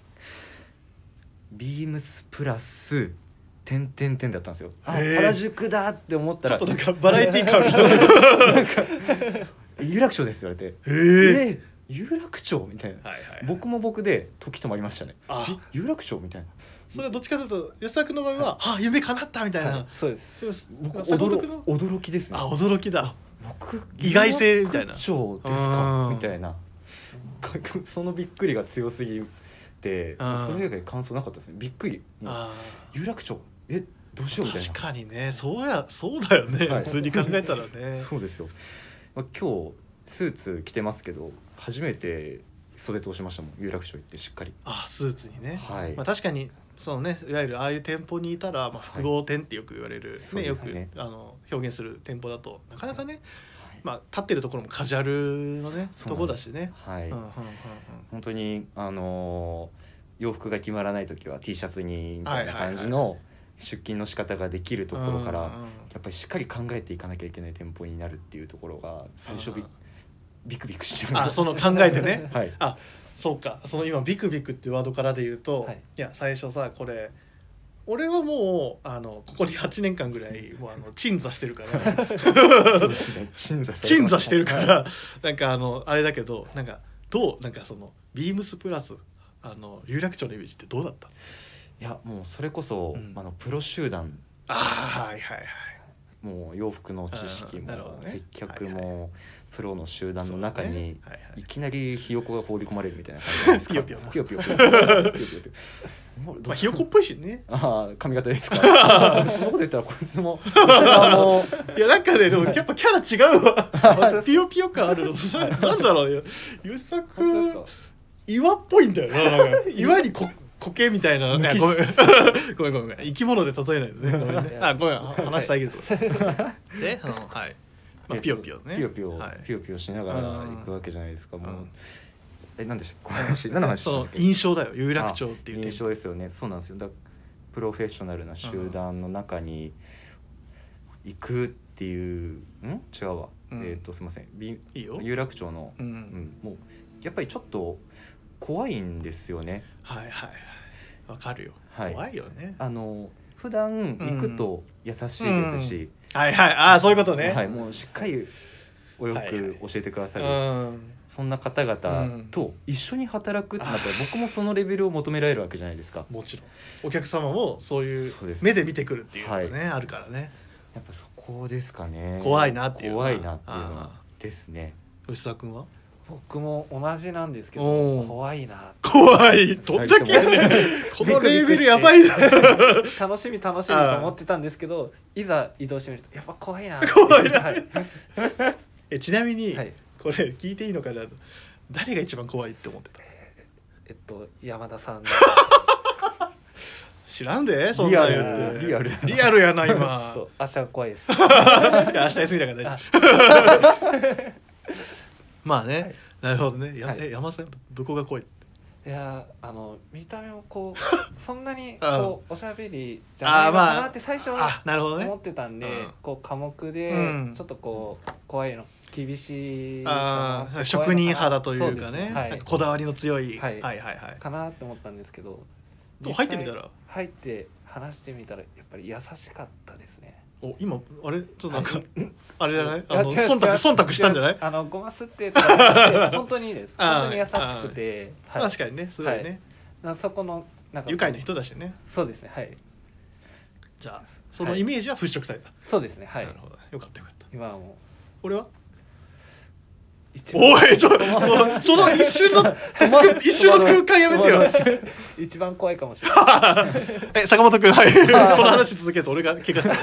Speaker 2: ビームスプラス点点点だったんですよあ
Speaker 1: へー
Speaker 2: 原宿だって思った
Speaker 1: ちょっと
Speaker 2: ら
Speaker 1: なんかバラエティー感が
Speaker 2: 有楽町ですって言われ
Speaker 1: へ
Speaker 2: てえ
Speaker 1: *laughs* え
Speaker 2: ー有楽町みたいな、
Speaker 1: はいはい
Speaker 2: 僕も僕で時止まりましたね
Speaker 1: あ
Speaker 2: え有楽町みたいな
Speaker 1: それはどっちかというと吉田君の場合はあ夢叶ったみたい
Speaker 3: い
Speaker 1: な
Speaker 3: そうです
Speaker 1: でも
Speaker 2: 僕
Speaker 1: 坂本君
Speaker 2: 驚
Speaker 1: の
Speaker 2: 驚きですね
Speaker 1: あ驚きだ
Speaker 2: 僕
Speaker 1: 意外性みたいな
Speaker 2: *laughs* 有楽町です
Speaker 1: う
Speaker 2: か
Speaker 1: ん
Speaker 2: みたいなそのびっくりが強すぎて
Speaker 1: うん
Speaker 2: それ以外感想なかったですねびっくりもう
Speaker 1: あ
Speaker 2: 有楽町えどうしようみたいな
Speaker 1: 確かにねそうやそうだよね
Speaker 2: はい
Speaker 1: 普通に考えたらね
Speaker 2: そうですよ、まあ、今日スーツ着てますけど初めて袖通しましたもん有楽町行ってしっかり
Speaker 1: あスーツにね
Speaker 2: はい、
Speaker 1: まあ、確かにそのねいわゆるああいう店舗にいたら、まあ、複合店ってよく言われる、
Speaker 2: そう
Speaker 1: ね
Speaker 2: で
Speaker 1: よ
Speaker 2: す
Speaker 1: く
Speaker 2: ね
Speaker 1: あの表現する店舗だとなかなかね、まあ、立ってるところもカジュアルのね
Speaker 2: そう
Speaker 1: とこだしね。
Speaker 2: は
Speaker 1: う
Speaker 2: い、
Speaker 1: んうんうんうん
Speaker 2: 本当にあのー洋服が決まらない時は T シャツにみたいな
Speaker 1: はいはいはい
Speaker 2: 感じの出勤の仕方ができるところから、
Speaker 1: うんうんうん
Speaker 2: やっぱりしっかり考えていかなきゃいけない店舗になるっていうところが最初び
Speaker 1: あー
Speaker 2: ビクビクして
Speaker 1: あそ
Speaker 2: の
Speaker 1: の考えてね *laughs*
Speaker 2: *laughs* はい
Speaker 1: あそうかその今ビクビクっていうワードからで言うと、
Speaker 3: はい
Speaker 1: い、や最初さこれ俺はもうあのここに8年間ぐらいもうあの鎮座してるから
Speaker 2: そうですね鎮座されてま
Speaker 1: *laughs*
Speaker 2: す
Speaker 1: 鎮座してるからなんかあのあれだけどなんかどうなんかそのビームスプラスあの有楽町のイメージってどうだった
Speaker 2: いやもうそれこそ、
Speaker 1: うん
Speaker 2: あのプロ集団
Speaker 1: ああはいはいはい
Speaker 2: もう洋服の知識
Speaker 1: あーな
Speaker 2: も
Speaker 1: るほどね
Speaker 2: 接客も、
Speaker 1: はい
Speaker 2: プロの集団の中に、
Speaker 1: そうねはいはい
Speaker 2: いきなりひよこが放り込まれるみたいな感じじゃないですか
Speaker 1: ぴよぴよ *laughs*
Speaker 2: ぴよぴよぴよぴよぴよぴよ
Speaker 1: まあ、ひよこっぽいしね。
Speaker 2: ああ髪型ですか *laughs* そんなこと言ったらこいつもこいつも
Speaker 1: *laughs* いや、なんかね、でも、やっぱキャラ違うわ。
Speaker 3: 本当です
Speaker 1: ピヨピヨ感あるの。さなんだろうね。ゆうさ
Speaker 3: 本当で
Speaker 1: く
Speaker 3: すか。
Speaker 1: 岩っぽいんだよななんか。岩にこ、苔みたいな。いやごめん。ごめん、ご *laughs* めん。生き物で例えないとね。ごめんね。あ、ごめん。話遮ると。で、あの、はい。まあ、ピヨピヨね。
Speaker 2: ピヨピヨ、
Speaker 1: はい
Speaker 2: ピヨピヨしながら行くわけじゃないですかもう、え何でしたっけ話何の話
Speaker 1: その
Speaker 2: でしたっけ
Speaker 1: 印象だよ有楽町っていう
Speaker 2: あ
Speaker 1: 点
Speaker 2: 印象ですよねそうなんですよだプロフェッショナルな集団の中に行くっていう、ん違うわ、
Speaker 1: うん
Speaker 2: えっ、とすいませんび
Speaker 1: いいよ、
Speaker 2: 有楽町の、
Speaker 1: う、
Speaker 2: うんんもうやっぱりちょっと怖いんですよね
Speaker 1: はいはいはいわかるよ、
Speaker 2: はい
Speaker 1: 怖いよね
Speaker 2: あの普段行くと優しいですし、
Speaker 1: はいはいああそういうことね、
Speaker 2: はい、もうしっかりお洋
Speaker 1: はいはい
Speaker 2: 服教えてくださ
Speaker 1: う
Speaker 2: る、
Speaker 1: ん
Speaker 2: そんな方々と一緒に働くってなったら僕もそのレベルを求められるわけじゃないですか
Speaker 1: もちろんお客様もそういう
Speaker 2: そうです
Speaker 1: 目で見てくるっていうのがね、あるからね
Speaker 2: やっぱそこですかね
Speaker 1: 怖いなっていうのは
Speaker 2: 怖いなっていうのは
Speaker 1: あ
Speaker 2: ですね
Speaker 1: 吉沢君は
Speaker 3: 僕も同じなんですけ
Speaker 1: お
Speaker 3: ど
Speaker 1: ー
Speaker 3: 怖いな
Speaker 1: 怖いどんだけやねんこのレベルやばいな
Speaker 3: 楽しみ楽しみと思ってたんですけどいざ移動してみるとやっぱ怖いな
Speaker 1: 怖いな
Speaker 3: はい
Speaker 1: *laughs* えちなみに、
Speaker 3: はい
Speaker 1: これ聞いていいのかな誰が一番怖いって思ってた
Speaker 3: えっと山田さんの
Speaker 1: 知らんでそんなん
Speaker 2: リ
Speaker 1: 言
Speaker 2: ア
Speaker 1: っ
Speaker 2: ル
Speaker 1: て
Speaker 2: リアルだな
Speaker 1: リアルやな
Speaker 3: ちょっ
Speaker 1: 今
Speaker 3: と足は怖い
Speaker 1: *laughs*
Speaker 3: で
Speaker 1: い
Speaker 3: す
Speaker 1: や明日休みだから大
Speaker 3: あ
Speaker 1: 丈夫まあね、
Speaker 3: はい
Speaker 1: なるほどねや、
Speaker 3: はい
Speaker 1: え山田さんどこが怖い
Speaker 3: いやーあの見た目もこうそんなにこうおしゃべりじ
Speaker 1: あー
Speaker 3: ゃないの
Speaker 1: まあ
Speaker 3: かなって最初
Speaker 1: あなるほど
Speaker 3: 思
Speaker 1: ね
Speaker 3: ってたんで、
Speaker 1: うん
Speaker 3: こう寡黙で、
Speaker 1: うん
Speaker 3: ちょっとこう怖いの厳しいの
Speaker 1: あ
Speaker 3: か
Speaker 1: ー
Speaker 3: な
Speaker 1: 職人派だというか
Speaker 3: そです
Speaker 1: ね
Speaker 3: は
Speaker 1: なん
Speaker 3: い
Speaker 1: か、こだわりの強い、は、
Speaker 3: はいい
Speaker 1: はいはいはい
Speaker 3: かなって思ったんですけど
Speaker 1: どう入ってみたら
Speaker 3: 入って話してみたらやっぱり優しかったですね
Speaker 1: お今あれちょっとなんか、
Speaker 3: は
Speaker 1: *laughs* あれじゃない
Speaker 3: いや
Speaker 1: あの
Speaker 3: 違う
Speaker 1: 忖度
Speaker 3: 違う
Speaker 1: 忖度したんじゃない
Speaker 3: 違うあのごますってとかじゃなくて本当にいいです
Speaker 1: あー
Speaker 3: 本当に優しくて、はい、
Speaker 1: 確かにねすごいね、
Speaker 3: はいなそこのなんか
Speaker 1: 愉快な人だしね
Speaker 3: そうですねはい
Speaker 1: じゃあそのイメージは払拭された、
Speaker 3: そうですねはい
Speaker 1: なるほどよかったよかった
Speaker 3: 今はもう
Speaker 1: 俺は
Speaker 3: 一番
Speaker 1: おいちょ
Speaker 3: *laughs*
Speaker 1: そその一瞬の一瞬の空間やめてよ
Speaker 3: *laughs* 一番怖いかもしれ
Speaker 1: *laughs*
Speaker 3: ない
Speaker 1: え坂本君はいこの話続けると俺が怪我する、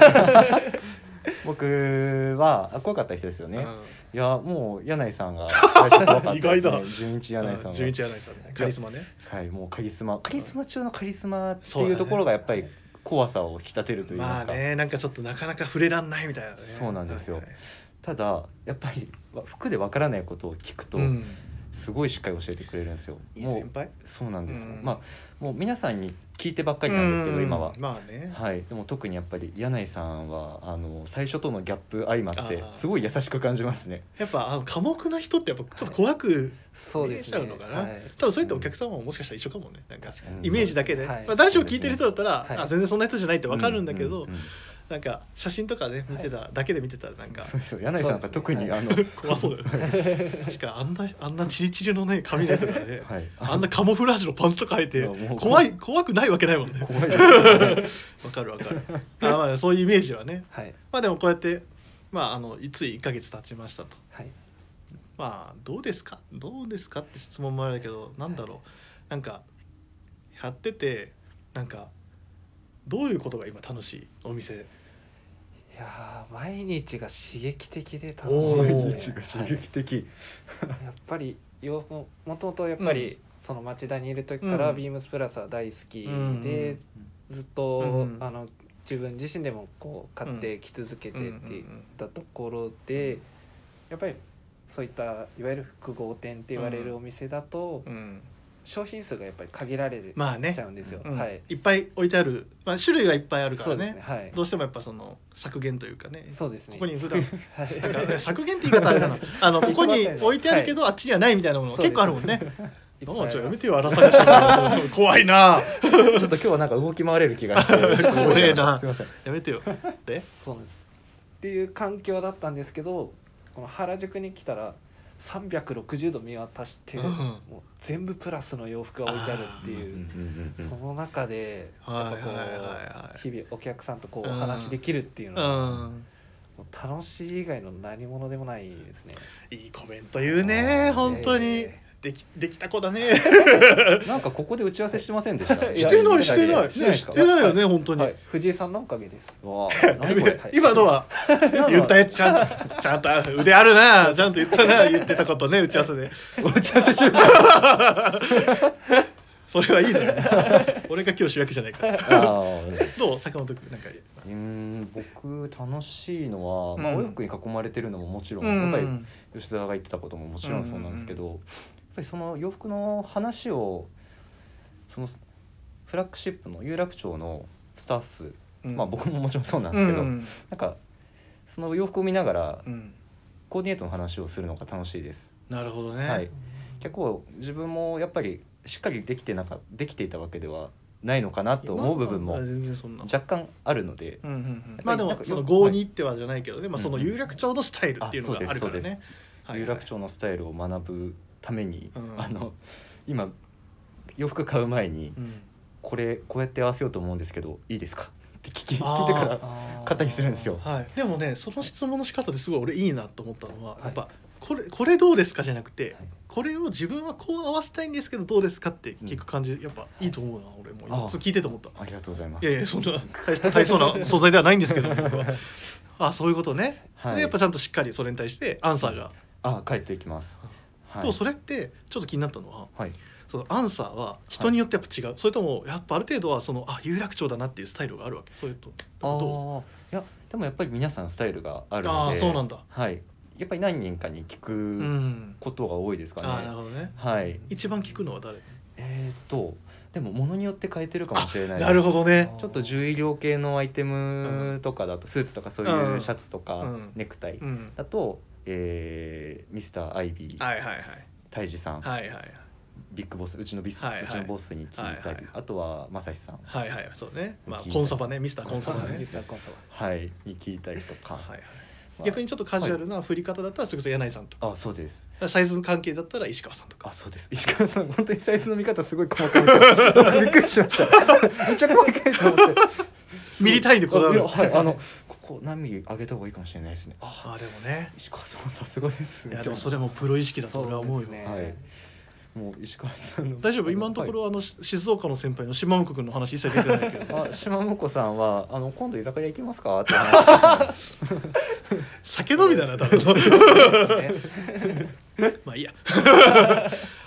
Speaker 2: 僕はあ怖かった人ですよね、
Speaker 1: うん
Speaker 2: いやもう柳井さ
Speaker 1: *laughs*
Speaker 2: んが最初怖かったです、ね、
Speaker 1: 意外だ
Speaker 2: 純一柳井さんが
Speaker 1: 純一柳井さんねカリスマね
Speaker 2: はいもうカリスマカリスマ中のカリスマって
Speaker 1: そうだ
Speaker 2: い
Speaker 1: ね
Speaker 2: うところがやっぱり怖さを引き立てると言いま
Speaker 1: ますあ
Speaker 2: か、
Speaker 1: ねなんかちょっとなかなか触れらんないみたいなね
Speaker 2: そうなんですよ
Speaker 1: はいはい
Speaker 2: ただやっぱりわ服でわからないことを聞くと、
Speaker 1: うん、
Speaker 2: すごいしっかり教えてくれるんですよ
Speaker 1: いい
Speaker 2: もう
Speaker 1: 先輩
Speaker 2: そうなんですよ、
Speaker 1: うん
Speaker 2: まあもう皆さんに聞いてばっかりなんですけど、
Speaker 1: うん
Speaker 2: 今は、
Speaker 1: まあね
Speaker 2: はい、でも特にやっぱり柳井さんはあの最初とのギャップ相まって
Speaker 1: あー
Speaker 2: すごい優しく感じますね。
Speaker 1: やっぱあの寡黙な人ってやっぱちょっと怖く
Speaker 3: そう
Speaker 1: 見え
Speaker 3: です
Speaker 1: ちゃ
Speaker 3: ね
Speaker 1: うのかな、
Speaker 3: はい
Speaker 1: 多分そういったお客様ももしかしたら一緒かもねなんか
Speaker 3: 確
Speaker 2: かに
Speaker 1: イメージだけで、
Speaker 3: はい
Speaker 1: まあ、ラジオ聞いてる人だったら、
Speaker 3: はい
Speaker 1: あ全然そんな人じゃないってわかるんだけど、
Speaker 2: うううん
Speaker 1: なんか写真とかね見てた、だけで見てたらなんか
Speaker 2: そうそう柳井さんなんか特に、
Speaker 3: そう
Speaker 2: あの、
Speaker 1: 怖そうだよね
Speaker 2: *laughs*
Speaker 1: 確かあんなあんなチリチリのね髪の毛とかね、
Speaker 2: はい、
Speaker 1: あんなカモフラージュのパンツとか履い
Speaker 2: い
Speaker 1: て
Speaker 2: やもう
Speaker 1: 怖い怖くないわけないもんね
Speaker 2: 怖いですよね
Speaker 1: *laughs* わかるわかるあーまあ、ね、そういうイメージはね
Speaker 3: はい
Speaker 1: まあでもこうやってまああのつい1ヶ月経ちましたと
Speaker 3: はい
Speaker 1: まあどうですかどうですかって質問もあれだけどなんだろうなんかやっててなんかどういうことが今楽しいお店
Speaker 3: いやー毎日が刺激的で楽
Speaker 1: お
Speaker 3: し
Speaker 1: ー
Speaker 3: い
Speaker 2: 毎
Speaker 3: で
Speaker 2: 日
Speaker 3: すね
Speaker 2: が刺激的、
Speaker 3: はいやっぱり洋服ももともとやっぱり、その町田にいる時から、
Speaker 1: うん
Speaker 3: ビームスプラスは大好き
Speaker 1: うん
Speaker 3: で、ずっと、
Speaker 1: うん
Speaker 3: あの自分自身でもこう買って着続けてって、だったところ
Speaker 1: う
Speaker 3: で
Speaker 1: ん
Speaker 3: やっぱりそういったいわゆる複合店って言われ
Speaker 1: うん
Speaker 3: るお店だと
Speaker 1: うん
Speaker 3: 商品数がやっぱり限られる
Speaker 1: まあね
Speaker 3: ちゃうんですよ。
Speaker 1: うん
Speaker 3: はい。
Speaker 1: いっぱい置いてある、まあ、種類がいっぱいあるか
Speaker 3: そ
Speaker 1: ら
Speaker 3: うで
Speaker 1: ね
Speaker 3: すね。はい
Speaker 1: ど。うしてもやっぱその削減というかね
Speaker 3: そうですね。
Speaker 1: ここに普段
Speaker 3: *laughs*
Speaker 1: *laughs*
Speaker 3: はい
Speaker 1: なんかね削減って言い方あれだ *laughs* なあのここに置いてあるけど、あっちにはないみたいなもの
Speaker 3: そう
Speaker 1: 結
Speaker 3: です
Speaker 1: 構あるもんね
Speaker 3: いっぱい
Speaker 1: もうちょやめ
Speaker 3: あ
Speaker 1: てよ荒探しのその怖いな
Speaker 2: ちょっと今日はなんか動き回れる気がして
Speaker 1: 怖えな
Speaker 2: すいません
Speaker 1: やめてよで
Speaker 3: そうなんです。っていう環境だったんですけど、この原宿に来たら360度見渡して、
Speaker 1: うん
Speaker 3: もう全部プラスの洋服が置いてあるって
Speaker 2: うんう
Speaker 3: いうん
Speaker 2: うんうん
Speaker 3: その中でやっぱこ
Speaker 1: はいはいはいはいう
Speaker 3: 日々お客さんとこうお話できるっていうの
Speaker 1: う
Speaker 3: は
Speaker 1: ん
Speaker 3: もう楽しい以外の何物でもないですね。
Speaker 1: いいコメント言うね
Speaker 2: あー
Speaker 1: 本当に
Speaker 3: え
Speaker 1: できできた子だね
Speaker 2: なんかここで打ち合わせしてませんでした
Speaker 1: *laughs*
Speaker 3: い
Speaker 1: し
Speaker 3: や
Speaker 1: てないしてないね
Speaker 2: しです
Speaker 1: し
Speaker 2: か
Speaker 1: てないよね本当に、
Speaker 3: はい、藤井さんのおかげです。
Speaker 2: わあ何これ
Speaker 3: はい
Speaker 1: 今のは言ったやつちゃんとちゃんと腕あるなちゃんと言ったな言ってたことね打ち合わせで
Speaker 2: 打ち合わせしよう
Speaker 1: *laughs* それはいいね俺が今日主役じゃないから
Speaker 2: あ
Speaker 1: どう坂本君なんか
Speaker 2: ーうーん僕楽しいのは、まあ、
Speaker 1: うん
Speaker 2: お洋服に囲まれてるのももちろん、
Speaker 1: う
Speaker 2: やっぱり
Speaker 1: ん
Speaker 2: 吉沢が言ってたことももちろんそうなんですけど、やっぱりその洋服の話をそのフラッグシップの有楽町のスタッフ、まあ僕ももちろんそうなんですけど、
Speaker 1: うん
Speaker 2: なんかその洋服を見ながら
Speaker 1: うん
Speaker 2: コーディネートの話をするのが楽しいです。
Speaker 1: なるほどね、
Speaker 2: はい、結構自分もやっぱりしっかりできてなかできていたわけではないのかなと思う部分
Speaker 1: ま
Speaker 2: も
Speaker 1: あ全然そんな
Speaker 2: 若干あるので、
Speaker 1: うんうんうん
Speaker 2: やっぱり
Speaker 1: まあで
Speaker 2: なん
Speaker 1: も
Speaker 2: か
Speaker 1: その
Speaker 2: よ
Speaker 1: 郷に入ってはじゃないけどね、まあ、その
Speaker 2: うんうん
Speaker 1: 有楽町のスタイルっていうのがあるから
Speaker 2: あそうです
Speaker 1: ね。はい
Speaker 2: 有楽町のスタイルを学ぶために、
Speaker 1: うん
Speaker 2: あの今洋服買う前に
Speaker 1: うん
Speaker 2: これこうやって合わせようと思うんですけどいいですかって聞き
Speaker 1: あー
Speaker 2: 聞いてから
Speaker 3: 買
Speaker 2: 買ったりするんですよ。。
Speaker 1: はい、でもねその質問の仕方ですごい俺いいなと思ったのは、
Speaker 2: い
Speaker 1: やっぱこれこれどうですかじゃなくて、
Speaker 2: はい
Speaker 1: これを自分はこう合わせたいんですけどどうですかって聞く感じ、やっぱいいと思うな俺も
Speaker 2: あ
Speaker 1: 今ち
Speaker 2: ー
Speaker 1: ょっと聞いてて思った。
Speaker 2: ありがとうございま
Speaker 1: い
Speaker 2: す。
Speaker 1: やいやそんな大した *laughs* 大層な素材ではないんですけど僕はあそういうことね、
Speaker 2: はい
Speaker 1: でやっぱちゃんとしっかりそれに対してアンサーが、
Speaker 2: あ帰ってきます。はい
Speaker 1: でもそれってちょっと気になったのは、
Speaker 2: はい
Speaker 1: そのアンサーは人によってやっぱ違う、それともやっぱある程度はそのあ有楽町だなっていうスタイルがあるわけそれと
Speaker 2: あ
Speaker 1: どう
Speaker 2: ーいやでもやっぱり皆さんスタイルがあるので
Speaker 1: ああーそうなんだ
Speaker 2: はい、やっぱり何人かに聞
Speaker 1: う
Speaker 2: く
Speaker 1: ん
Speaker 2: ことが多いですかね。
Speaker 1: あーなるほどね
Speaker 2: はい、
Speaker 1: 一番聞くのは誰
Speaker 2: えー、とでも物によって変えてるかもしれない
Speaker 1: なるほどね
Speaker 2: ちょっと重量系のアイテムとかだとスーツとかそう
Speaker 1: う
Speaker 2: い
Speaker 1: ん
Speaker 2: うシャツと
Speaker 1: う
Speaker 2: か
Speaker 1: ん
Speaker 2: ネクタイ
Speaker 1: うん
Speaker 2: だと、えーミスターアイビー
Speaker 1: はいはいはい
Speaker 2: 泰治さん
Speaker 1: はいはいはい
Speaker 2: ビッグボスうちのビス、
Speaker 1: はいはいう
Speaker 2: ちのボスに聞いたり、
Speaker 1: はいはい
Speaker 2: あとは正志さん、
Speaker 1: はいはいそうねまあ
Speaker 2: 聞いた
Speaker 1: コンサバねミスターコンサ
Speaker 3: そ
Speaker 1: バ
Speaker 3: うなん
Speaker 1: ね
Speaker 3: ですよ今度は
Speaker 2: はい、に聞いたりとか、
Speaker 1: はいはい
Speaker 2: まあ
Speaker 1: 逆にちょっとカジュアルな振り方だったらそれこそ柳井さんと
Speaker 2: あそうです
Speaker 1: かサイズ関係だったら石川さんとか
Speaker 2: あそうです石川さん本当にサイズの見方すごい細かいです *laughs* びっくりしました
Speaker 1: *laughs*
Speaker 2: めっちゃ細かいと思って
Speaker 1: ミリ単位でこだわる
Speaker 2: あいやはいあのここ何ミリ上げた方がいいかもしれないですねあ
Speaker 1: あーでもね
Speaker 2: 石川さんさすがです
Speaker 1: いやでもそれもプロ意識だと俺は思うよ
Speaker 3: そうですね
Speaker 2: はいもう石川さんの
Speaker 1: 大丈夫今のところ、あのし静岡の先輩の島本君の話一切出てないけど
Speaker 2: はいあ島もこさんはあの今度居酒屋行きますかって話し
Speaker 1: 酒飲みだな多分
Speaker 2: てたんですね
Speaker 1: *laughs* まあいいや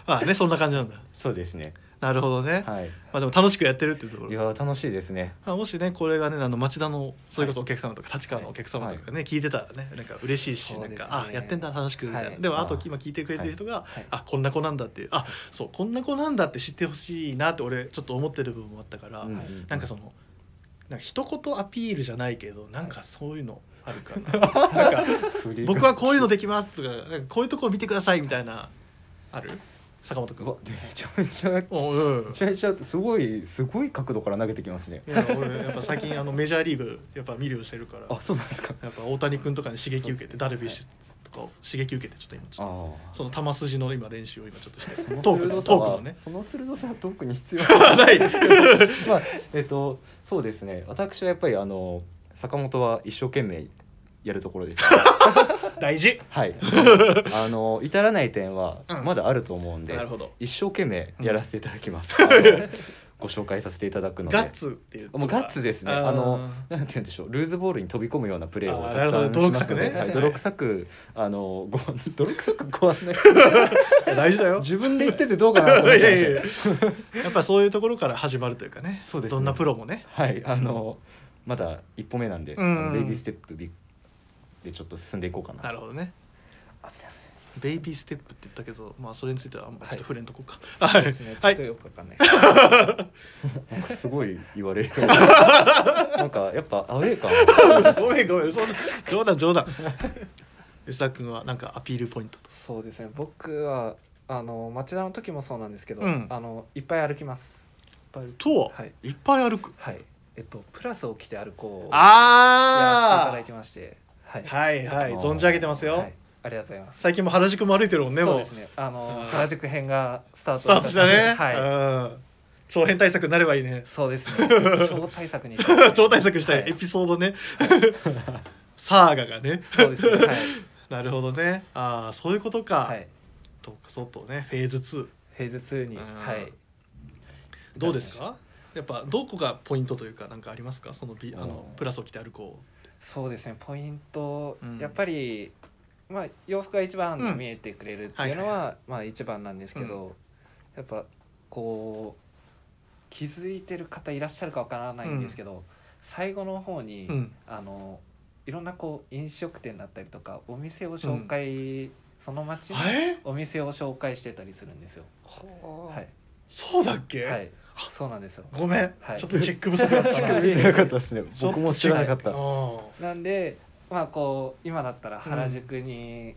Speaker 1: まあ *laughs* ねそんな感じなんだ
Speaker 2: そうですね
Speaker 1: なるほどね、ま
Speaker 2: はい
Speaker 1: あでも楽しくやってるっていうとこ
Speaker 2: い
Speaker 1: ろ
Speaker 2: や楽しいですね
Speaker 1: まあもしねこれがねあの町田のそれこそお客様とか立川のお客様とかね、聞いてたらねなんか嬉しいし、
Speaker 3: そう
Speaker 1: なん
Speaker 3: ですね
Speaker 1: かあやってんだ楽しくみたいな、
Speaker 3: はい
Speaker 1: でもあと
Speaker 2: はい
Speaker 1: 今聞いてくれてる人が、
Speaker 2: はい
Speaker 1: あこんな子なんだっていうあそうこんな子なんだって知ってほしいなって俺ちょっと思ってる部分もあったから、
Speaker 2: うんうん
Speaker 1: なんかそのなんか一言アピールじゃないけどなんかそういうのあるかななんか
Speaker 2: 振り
Speaker 1: 僕はこういうのできますとかなんかこういうところ見てくださいみたいなある坂本
Speaker 2: う
Speaker 1: 君
Speaker 2: わめちゃめちゃめ
Speaker 1: おううん
Speaker 2: ちゃめちゃすごいすごい角度から投げてきますね
Speaker 1: いや俺やっぱ最近あのメジャーリーグやっぱ見るようにしてるから
Speaker 2: あそうなんですか
Speaker 1: やっぱ大谷君とかに刺激受けてダルビッシュとかを刺激受けてちょっと今ちょっ
Speaker 2: あ
Speaker 1: と
Speaker 2: あ
Speaker 1: その球筋の今練習を今ちょっとして
Speaker 2: その
Speaker 1: トークのト
Speaker 2: 鋭さ
Speaker 1: ーク
Speaker 2: は
Speaker 1: のね *laughs*
Speaker 2: その鋭さはトークに必要
Speaker 1: ない
Speaker 2: まあえっとそうですね私はやっぱりあの坂本は一生懸命やるところです
Speaker 1: 大事
Speaker 2: はいあの至らない点は
Speaker 1: うん
Speaker 2: まだあると思うんで、
Speaker 1: なるほど
Speaker 2: 一生懸命やらせていただき
Speaker 1: *laughs*
Speaker 2: ます、あのご紹介させていただくので
Speaker 1: ガッツっていう
Speaker 2: もうガッツですね
Speaker 1: あー
Speaker 2: あのなんて言うんでしょうルーズボールに飛び込むようなプレーを
Speaker 1: あー
Speaker 2: たくさん
Speaker 1: なるほど泥臭
Speaker 2: し
Speaker 1: く
Speaker 2: ま
Speaker 1: ね
Speaker 2: すのではい泥臭くあのご *laughs* 泥臭くご案内
Speaker 1: 大事だ
Speaker 2: *laughs*
Speaker 1: よ
Speaker 2: 自分で言っててどうか
Speaker 1: い
Speaker 2: なと思っ
Speaker 1: や *laughs* い
Speaker 2: てま
Speaker 1: や
Speaker 2: し
Speaker 1: い
Speaker 2: た
Speaker 1: ややっぱそういうところから始まるというかね
Speaker 2: そうですね
Speaker 1: どんなプロもね
Speaker 2: はいあのまだ一歩目なんで、
Speaker 1: うん
Speaker 2: あのベイビーステップビでちょっと進んでいこうかな
Speaker 1: なるほどねベイビーステップって言ったけどまあそれについてはあんまちょっと触れんとこうか
Speaker 3: そう
Speaker 1: はい
Speaker 3: ですねちょ
Speaker 1: は
Speaker 3: っと
Speaker 1: い
Speaker 3: よくわかんない。
Speaker 2: なんかすごい言われ
Speaker 1: *laughs*
Speaker 2: るなんかやっぱアウェー感 *laughs* は
Speaker 1: ごめんごめんそんな冗談冗談 *laughs* 吉田君はなんかアピールポイントと
Speaker 3: そうですね。僕はあの町田の時もそうなんですけど、
Speaker 1: うん
Speaker 3: あのいっぱい歩きます。いっぱい歩き
Speaker 1: とは、
Speaker 3: はい
Speaker 1: い、っぱい歩く
Speaker 3: はい。えっとプラスを着て歩こう。やらせていた
Speaker 1: あ
Speaker 3: だいてまして。はい。
Speaker 1: あはいはい存じ上げてますよ、
Speaker 3: はいありがとうございます。
Speaker 1: 最近も原宿も歩いてるもんね
Speaker 3: そう
Speaker 1: もう
Speaker 3: ですね。あの
Speaker 1: うん
Speaker 3: 原宿編がスタート
Speaker 1: スタートしたね、
Speaker 3: はい。
Speaker 1: うん長編対策になればいいね
Speaker 3: そうですね。超対策に。
Speaker 1: *laughs*
Speaker 3: そ
Speaker 1: 超対策したい、
Speaker 3: はい
Speaker 1: エピソード
Speaker 3: *laughs*
Speaker 1: ねサーガがね
Speaker 3: うですね。はい。
Speaker 1: なるほどねああそういうことか、
Speaker 3: はい。
Speaker 1: と外ねフェーズ2
Speaker 3: フェーズ2に、
Speaker 1: うん
Speaker 3: はい
Speaker 1: どうですかやっぱどこがポイントというかなんかありますかそのビあの
Speaker 2: うん
Speaker 1: プラスを着て歩こ
Speaker 3: そうですねポイント、
Speaker 1: うん
Speaker 3: やっぱり、まあ、洋服が一番
Speaker 1: うん
Speaker 3: 見えてくれるっていうのは,、
Speaker 1: はい
Speaker 3: まあ、一番なんですけど、やっぱこう気づいてる方いらっしゃるかわからないんですけど、最後の方に、
Speaker 1: う、うん、
Speaker 3: あのいろんなこう飲食店だったりとかお店を紹介、その町の
Speaker 1: え
Speaker 3: お店を紹介してたりするんですよ。は、
Speaker 2: はい
Speaker 1: そうだっけ、
Speaker 3: はい、そうなんですよ。
Speaker 1: ごめん、
Speaker 3: はい
Speaker 1: ちょっとチェック不足だった
Speaker 3: 確か
Speaker 1: な
Speaker 3: *laughs* に
Speaker 2: なかったですね
Speaker 1: ちょっと
Speaker 2: 僕も知らなかっ
Speaker 1: う
Speaker 2: た
Speaker 1: ん
Speaker 3: なんでまあこう今だったら原宿に、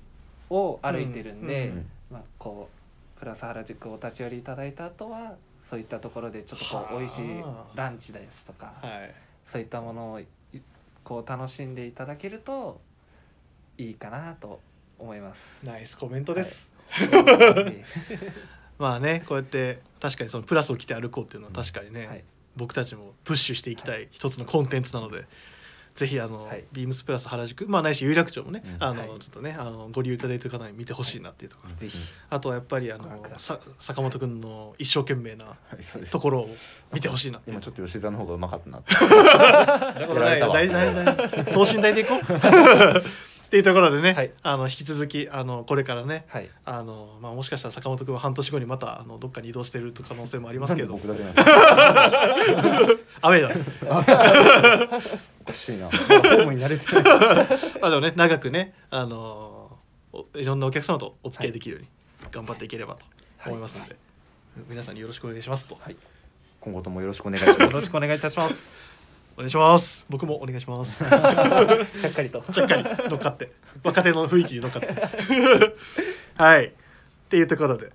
Speaker 3: を歩いてるんで、
Speaker 1: う
Speaker 3: まあ、こうプラス原宿をお立ち寄りいただいた後はそういったところでちょっとこ
Speaker 1: はあ
Speaker 3: う美味しいランチですとか、
Speaker 1: はい
Speaker 3: そういったものをいこう楽しんでいただけるといいかなと思い *laughs* ます。
Speaker 1: ナイスコメントです、
Speaker 3: はい
Speaker 1: まあねこうやって確かにそのプラスを着て歩こうっていうのは確かにね、
Speaker 3: はい
Speaker 1: 僕たちもプッシュしていきたい一つのコンテンツなので、ぜひあの、
Speaker 3: はい
Speaker 1: ビームスプラス原宿まあないし有楽町もね、
Speaker 2: うん
Speaker 1: あの、
Speaker 3: はい
Speaker 1: ちょっとねあのご利用いただいてる方に見てほしいなっていうところ、
Speaker 3: *laughs* ぜひ
Speaker 1: あとはやっぱりあ
Speaker 3: ご覧
Speaker 1: の
Speaker 3: くださ
Speaker 1: さ坂本くんの一生懸命な
Speaker 2: はいそうです
Speaker 1: ところを見てほしいなっていう
Speaker 2: 今ちょっと吉沢の方がうまかったなって
Speaker 1: そんなことないよ
Speaker 2: やら
Speaker 1: 大
Speaker 2: れ
Speaker 1: 事
Speaker 2: た
Speaker 1: 大事大事等身大でいこうっていうところでね、
Speaker 3: はい
Speaker 1: あの引き続きあのこれからね
Speaker 3: はい、
Speaker 1: あの、まあ、もしかしたら坂本君は半年後にまたあのどっかに移動してる可能性もあります *laughs* けど
Speaker 2: 僕だけなんですか
Speaker 1: アウェーだ
Speaker 2: おかしいなホームに慣れてない
Speaker 1: まあでもね長くねあのおいろんなお客様とお付き合いできるように頑張っていければと思いますので、皆さんによろしくお願いしますと、
Speaker 2: はい今後ともよろしくお願いします
Speaker 3: よろしくお願いいたし *laughs* ます。
Speaker 1: お願いします僕もお願いします *laughs*
Speaker 3: しっかり *laughs* と。
Speaker 1: ちゃっかり乗っかって若手の雰囲気に乗っかって *laughs* はいっていうところで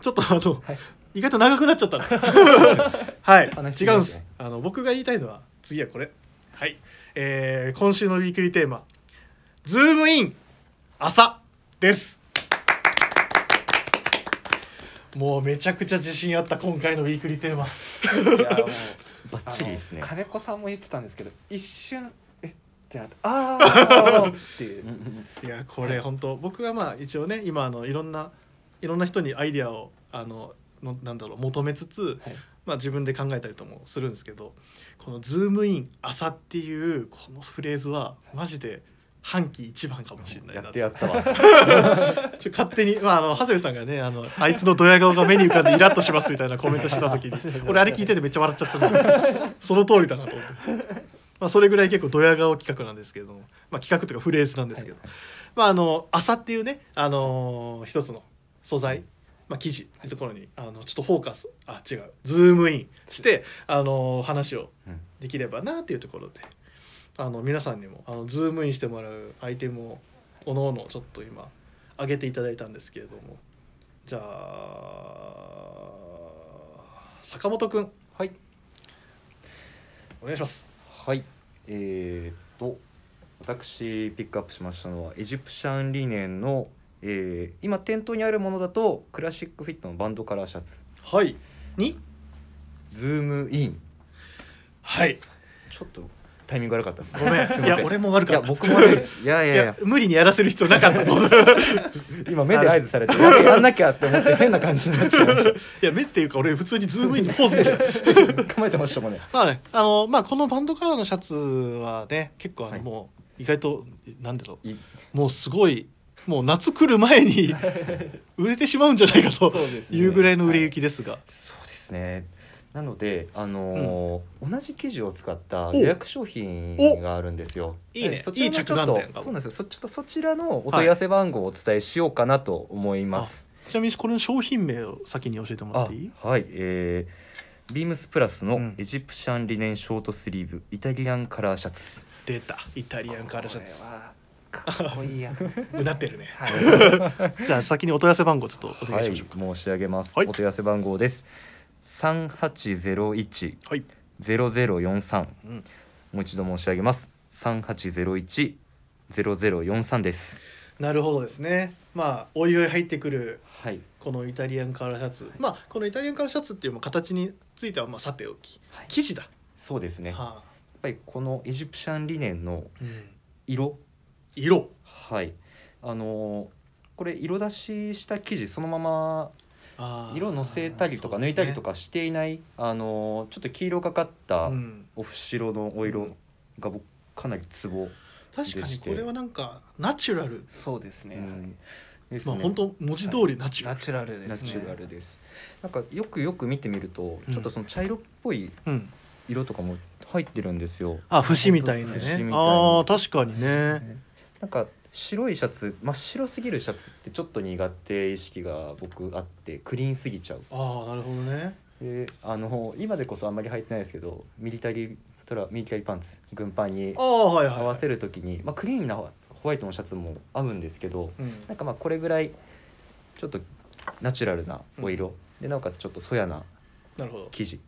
Speaker 1: ちょっとあの、
Speaker 3: はい
Speaker 1: 意外と長くなっちゃったなはい
Speaker 2: 話し
Speaker 1: 違うん
Speaker 2: ま
Speaker 1: ですす
Speaker 2: ね
Speaker 1: あの僕が言いたいのは次はこれはい、えー今週のウィークリーテーマ「ズームイン朝」ですもうめちゃくちゃ自信あった今回のウィークリーテーマ
Speaker 3: いやもう
Speaker 2: バッチリですね
Speaker 3: あの金子さんも言ってたんですけど一瞬えってなってあ *laughs* あっていう
Speaker 2: うんうんうん
Speaker 1: いやこれ本当僕はまあ一応ね今あのいろんないろんな人にアイディアをあののなんだろう求めつつ、
Speaker 3: はい
Speaker 1: まあ、自分で考えたりともするんですけどこの「ズームイン朝」っていうこのフレーズはマジで半期一番かもしれない
Speaker 2: や
Speaker 1: な
Speaker 2: ってやったわ
Speaker 1: *laughs* ちょ勝手に、まあ、あの長谷部さんがねあのあいつのドヤ顔が目に浮かんでイラッとしますみたいなコメントしてた時に俺あれ聞いててめっちゃ笑っちゃったのその通りだなと思って。まあ、それぐらい結構ドヤ顔企画なんですけども、まあ、企画というかフレーズなんですけど、まああの朝っていうね、あのー一つの素材、まあ、記事のところにあのちょっとフォーカスあ違うズームインして、あのー話を
Speaker 2: うん
Speaker 1: できればなっていうところであの皆さんにもあのズームインしてもらうアイテムをおのおのちょっと今上げていただいたんですけれどもじゃあ坂本くん
Speaker 2: はい
Speaker 1: お願いします。
Speaker 2: はい、えーっと私ピックアップしましたのはエジプシャンリネンの、えー今店頭にあるものだとクラシックフィットのバンドカラーシャツ
Speaker 1: はいに
Speaker 2: ズームイン
Speaker 1: はい
Speaker 2: ちょっとタイミング悪かったですね
Speaker 1: ごめ
Speaker 2: す
Speaker 1: んい
Speaker 2: ませ
Speaker 1: や俺も悪
Speaker 2: い
Speaker 1: か
Speaker 2: や
Speaker 1: った
Speaker 2: 僕も悪いですいやい
Speaker 1: い
Speaker 2: やい
Speaker 1: や
Speaker 2: や
Speaker 1: 無理にやらせる必要なかったと思う
Speaker 2: 今目で合図されてややんなきゃって思って変な感じになっちゃいまし
Speaker 1: いや目っていうか俺普通にズームインのポーズもした
Speaker 2: た構えてましたもんね
Speaker 1: まあね、あのまあこのバンドカラーのシャツはね結構あの、
Speaker 2: はい
Speaker 1: もう意外となんだろ
Speaker 2: いいう
Speaker 1: もうすごいもう夏来る前に売れてしまうんじゃないかと
Speaker 3: そうです
Speaker 2: ね
Speaker 1: いうぐらいの売れ行きですが、
Speaker 2: そうですねなのであのー同じ生地を使った予約商品があるんですよ
Speaker 1: い、いね
Speaker 2: そち
Speaker 1: いい
Speaker 2: らのち
Speaker 1: 着
Speaker 2: ょっ
Speaker 1: 眼
Speaker 2: と
Speaker 1: 点か
Speaker 2: そう
Speaker 1: も
Speaker 2: なんですよそちょっとそちらのお問い合わせ番号をお伝えしようかなと思います、
Speaker 1: ちなみにこれの商品名を先に教えてもらっていい
Speaker 2: あはいえービームスプラス
Speaker 1: う
Speaker 2: の
Speaker 1: ん
Speaker 2: エジプシャンリネンショートスリーブイタリアンカラーシャツ、
Speaker 1: 出たイタリアンカラーシャツ
Speaker 3: これはかっこいいやつですね
Speaker 1: うなってるね
Speaker 3: はい
Speaker 1: じゃあ先にお問い合わせ番号ちょっとお願
Speaker 2: はい
Speaker 1: し
Speaker 2: い
Speaker 1: ましょうか
Speaker 2: 申し上げます、
Speaker 1: はい
Speaker 2: お問い合わせ番号です三八ゼロ一
Speaker 1: はい、
Speaker 2: ゼロゼロ四三
Speaker 1: うん、
Speaker 2: もう一度申し上げます三八ゼロ一ゼロゼロ四三です
Speaker 1: なるほどですねまあおいおい入ってくる
Speaker 2: はい
Speaker 1: このイタリアンカラーシャツ、まあこのイタリアンカラーシャツっていうまあ形についてはまあさておき
Speaker 2: はい
Speaker 1: 生地だ、
Speaker 2: そうですねやっ
Speaker 1: はあ
Speaker 2: ぱりこのエジプシャンリネンの
Speaker 1: うん
Speaker 2: 色
Speaker 1: 色
Speaker 2: はいあのーこれ色出しした生地そのまま
Speaker 1: あー
Speaker 2: 色のせたりとか抜いたりとかしていない、あのちょっと黄色がかった
Speaker 1: そうねうん
Speaker 2: オフ白のお
Speaker 1: う
Speaker 2: 色
Speaker 1: ん
Speaker 2: が僕かなりツボ、
Speaker 1: 確かにこれはなんかナチュラル、
Speaker 3: そうです
Speaker 2: う
Speaker 3: ね、はい
Speaker 2: んです
Speaker 1: ま
Speaker 2: ね
Speaker 1: あ本当文字通りナチュラ
Speaker 3: ナ
Speaker 1: ル、
Speaker 3: チュラルですね
Speaker 2: ナチュラルですなんかよくよく見てみると
Speaker 1: うん
Speaker 2: ちょっとその茶色っぽい
Speaker 1: うん、
Speaker 2: 色とかも入ってるんですよ、
Speaker 1: あ節みたいな
Speaker 2: 節みたい
Speaker 1: ね
Speaker 2: な
Speaker 1: ああ確かにね
Speaker 2: なんか白いシャツ真っ白すぎるシャツってちょっと苦手意識が僕あってクリーンすぎちゃう
Speaker 1: ああなるほどね
Speaker 2: であの今でこそあんまり履いてないですけどミリタリートラミリタリーパンツ軍パンに
Speaker 1: ああはいはい
Speaker 2: 合わせる時に、まあ、クリーンなホワイトのシャツも合うんですけど
Speaker 1: うん
Speaker 2: なんかまあこれぐらいちょっとナチュラルなお色、でなおかつちょっとそやな
Speaker 1: なるほど
Speaker 2: 生地っ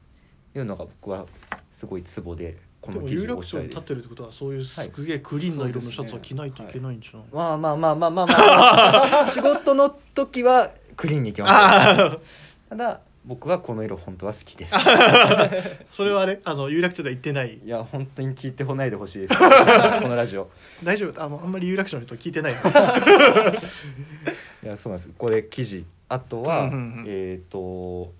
Speaker 2: ていうのが僕はすごいツボでこ
Speaker 1: で
Speaker 2: の
Speaker 1: も
Speaker 2: 生
Speaker 1: 有
Speaker 2: 地を
Speaker 1: 楽
Speaker 2: 推し
Speaker 1: 町
Speaker 2: た
Speaker 1: に
Speaker 2: いで
Speaker 1: 立っ
Speaker 2: す
Speaker 1: てるってことはそういうすげえクリーンな色のシャツは着ないといけないんじゃない、
Speaker 2: まあまあまあまあまあま
Speaker 1: *laughs*
Speaker 2: あ仕事の時はクリーンに行きます
Speaker 1: ああ
Speaker 2: ただ僕はこの色本当は好きです
Speaker 1: *laughs* それはあれあの有楽町では行ってない
Speaker 2: いや本当に聞いてこないでほしい
Speaker 1: *laughs*
Speaker 2: ですこのラジオ
Speaker 1: 大丈夫あのあんまり有楽町の人聞いてない
Speaker 2: *laughs* いやそうなんですこれ生地あとは、
Speaker 1: うんうんうん
Speaker 2: えっ、と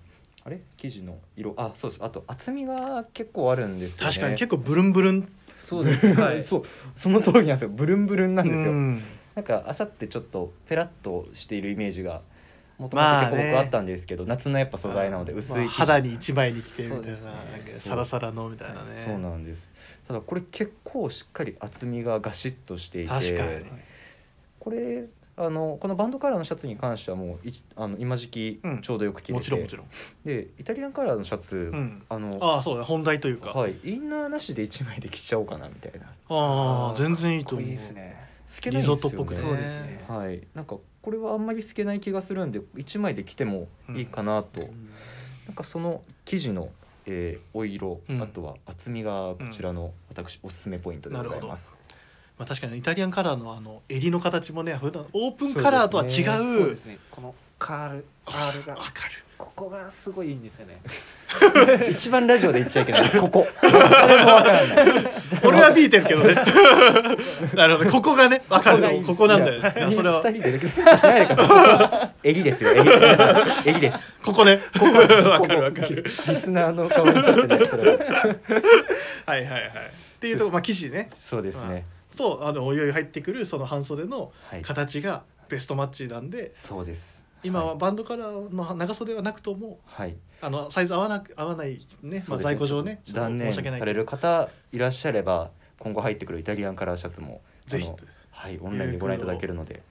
Speaker 2: あれ生地の色あそうですあと厚みが結構あるんですよね
Speaker 1: 確かに結構ブルンブルン
Speaker 2: そうです、
Speaker 3: は
Speaker 2: はいい、 *laughs* そうその通りなんですよブルンブルンなんですよ、
Speaker 1: うん
Speaker 2: なんかあさってちょっとペラッとしているイメージがもともと
Speaker 1: まあ
Speaker 2: 結構
Speaker 1: ね
Speaker 2: 僕あったんですけど、夏のやっぱ素材なので薄い生
Speaker 1: ま
Speaker 2: 地、
Speaker 1: あ肌に一枚に着てるみたいな
Speaker 3: そう
Speaker 1: なんか
Speaker 3: ですね
Speaker 1: サラサラのみたいなね
Speaker 2: そうなんですただこれ結構しっかり厚みがガシッとしていて
Speaker 1: 確かに、
Speaker 2: これあのこのバンドカラーのシャツに関してはもういあの今時期
Speaker 1: うん
Speaker 2: ちょうどよく着れて、
Speaker 1: もちろんもちろん、
Speaker 2: でイタリアンカラーのシャツ、
Speaker 1: うん、
Speaker 2: あの
Speaker 1: ああそうだね本題というか、
Speaker 2: はい、インナーなしで1枚で着ちゃおうかなみたいな
Speaker 1: ああ全然いいと
Speaker 3: かっこ
Speaker 1: 思う
Speaker 3: いいですね
Speaker 2: 透けない
Speaker 1: リ
Speaker 2: んです
Speaker 1: ゾー
Speaker 2: よね
Speaker 1: トっぽくね
Speaker 3: そうですね
Speaker 2: はいなんかこれはあんまり透けない気がするんで1枚で着てもいいかなと、
Speaker 1: うん
Speaker 2: なんかその生地の、えーお色、
Speaker 1: うん
Speaker 2: あとは厚みがこちらの私おすすめポイントでございます、
Speaker 1: まあ、確かにイタリアンカラーのあの襟の形もね普段オープンカラーとは違
Speaker 3: そう
Speaker 1: う
Speaker 3: ですねこのカールカール
Speaker 1: わ
Speaker 3: が
Speaker 1: か
Speaker 3: ここがすごいいいんですよね
Speaker 2: *laughs* 一番ラジオで言っちゃいけないここ誰もわからない
Speaker 1: る俺は見えてるけどね *laughs* なるほどここがねわかるのここなんだよねいやそれは
Speaker 2: 二人でできるしないでくださ
Speaker 1: *laughs*
Speaker 2: い襟ですよ襟襟です
Speaker 1: ここね *laughs* わかるわか
Speaker 2: リ
Speaker 1: る
Speaker 2: スナーの顔に立ってないそれは
Speaker 1: はいはいはいっていうとこまあ生地ね
Speaker 2: そうですね、
Speaker 1: とあのおいおい入ってくるその半袖の
Speaker 2: はい
Speaker 1: 形がベストマッチなんで
Speaker 2: そうです
Speaker 1: 今はいバンドカラーの長袖はなくとも
Speaker 2: はい、
Speaker 1: あのサイズ合わなく合わないね、
Speaker 2: そ
Speaker 1: ま
Speaker 2: う
Speaker 1: あ、
Speaker 2: ですね
Speaker 1: 在庫上ねちょっと
Speaker 2: 断
Speaker 1: 申
Speaker 2: 念
Speaker 1: し
Speaker 2: さ
Speaker 1: 訳ない
Speaker 2: れ
Speaker 1: けど
Speaker 2: る方いらっしゃれば今後入ってくるイタリアンカラーシャツも
Speaker 1: ぜひ
Speaker 2: あのはいオンラインでご覧いただけるので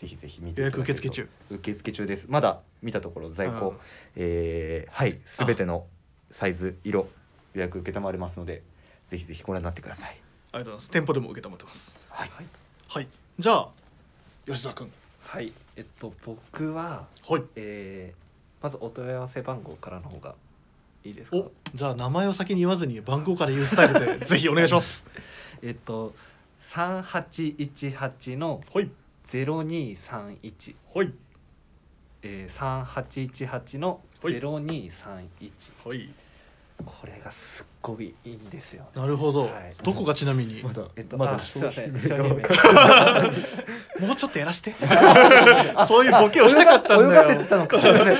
Speaker 2: ぜひぜひ見て
Speaker 1: 予
Speaker 2: いただけ
Speaker 1: 約受
Speaker 2: ると
Speaker 1: 付中
Speaker 2: 受付中ですまだ見たところ在庫、
Speaker 1: うん
Speaker 2: えーはいすべてのサイズ色予約承れますのでぜひぜひご覧になってください
Speaker 1: ありがとうございます店舗でも受け止めてます
Speaker 2: はい、
Speaker 1: はいじゃあ吉沢君
Speaker 3: はいえっと僕は
Speaker 1: はい
Speaker 3: えーまずお問い合わせ番号からの方がいいですか
Speaker 1: おじゃあ名前を先に言わずに番号から言うスタイ
Speaker 2: *laughs*
Speaker 1: ルでぜひお願いします
Speaker 3: えっと3818の
Speaker 1: はい
Speaker 3: 0231
Speaker 1: はい
Speaker 3: えー、3818の
Speaker 1: はい
Speaker 3: 0231
Speaker 1: はい
Speaker 3: これがすっごいいいんですよね
Speaker 1: なるほど、
Speaker 3: はい
Speaker 1: どこがちなみに、
Speaker 2: だ
Speaker 3: えっと
Speaker 2: まだ
Speaker 3: あすいません
Speaker 2: 商品
Speaker 3: 商品名
Speaker 2: が
Speaker 1: もうちょっとやらせて *laughs* そういうボケをしたか
Speaker 3: *laughs*
Speaker 1: ったん
Speaker 2: 泳が
Speaker 1: だ
Speaker 2: せて
Speaker 1: よ
Speaker 2: たのかすいません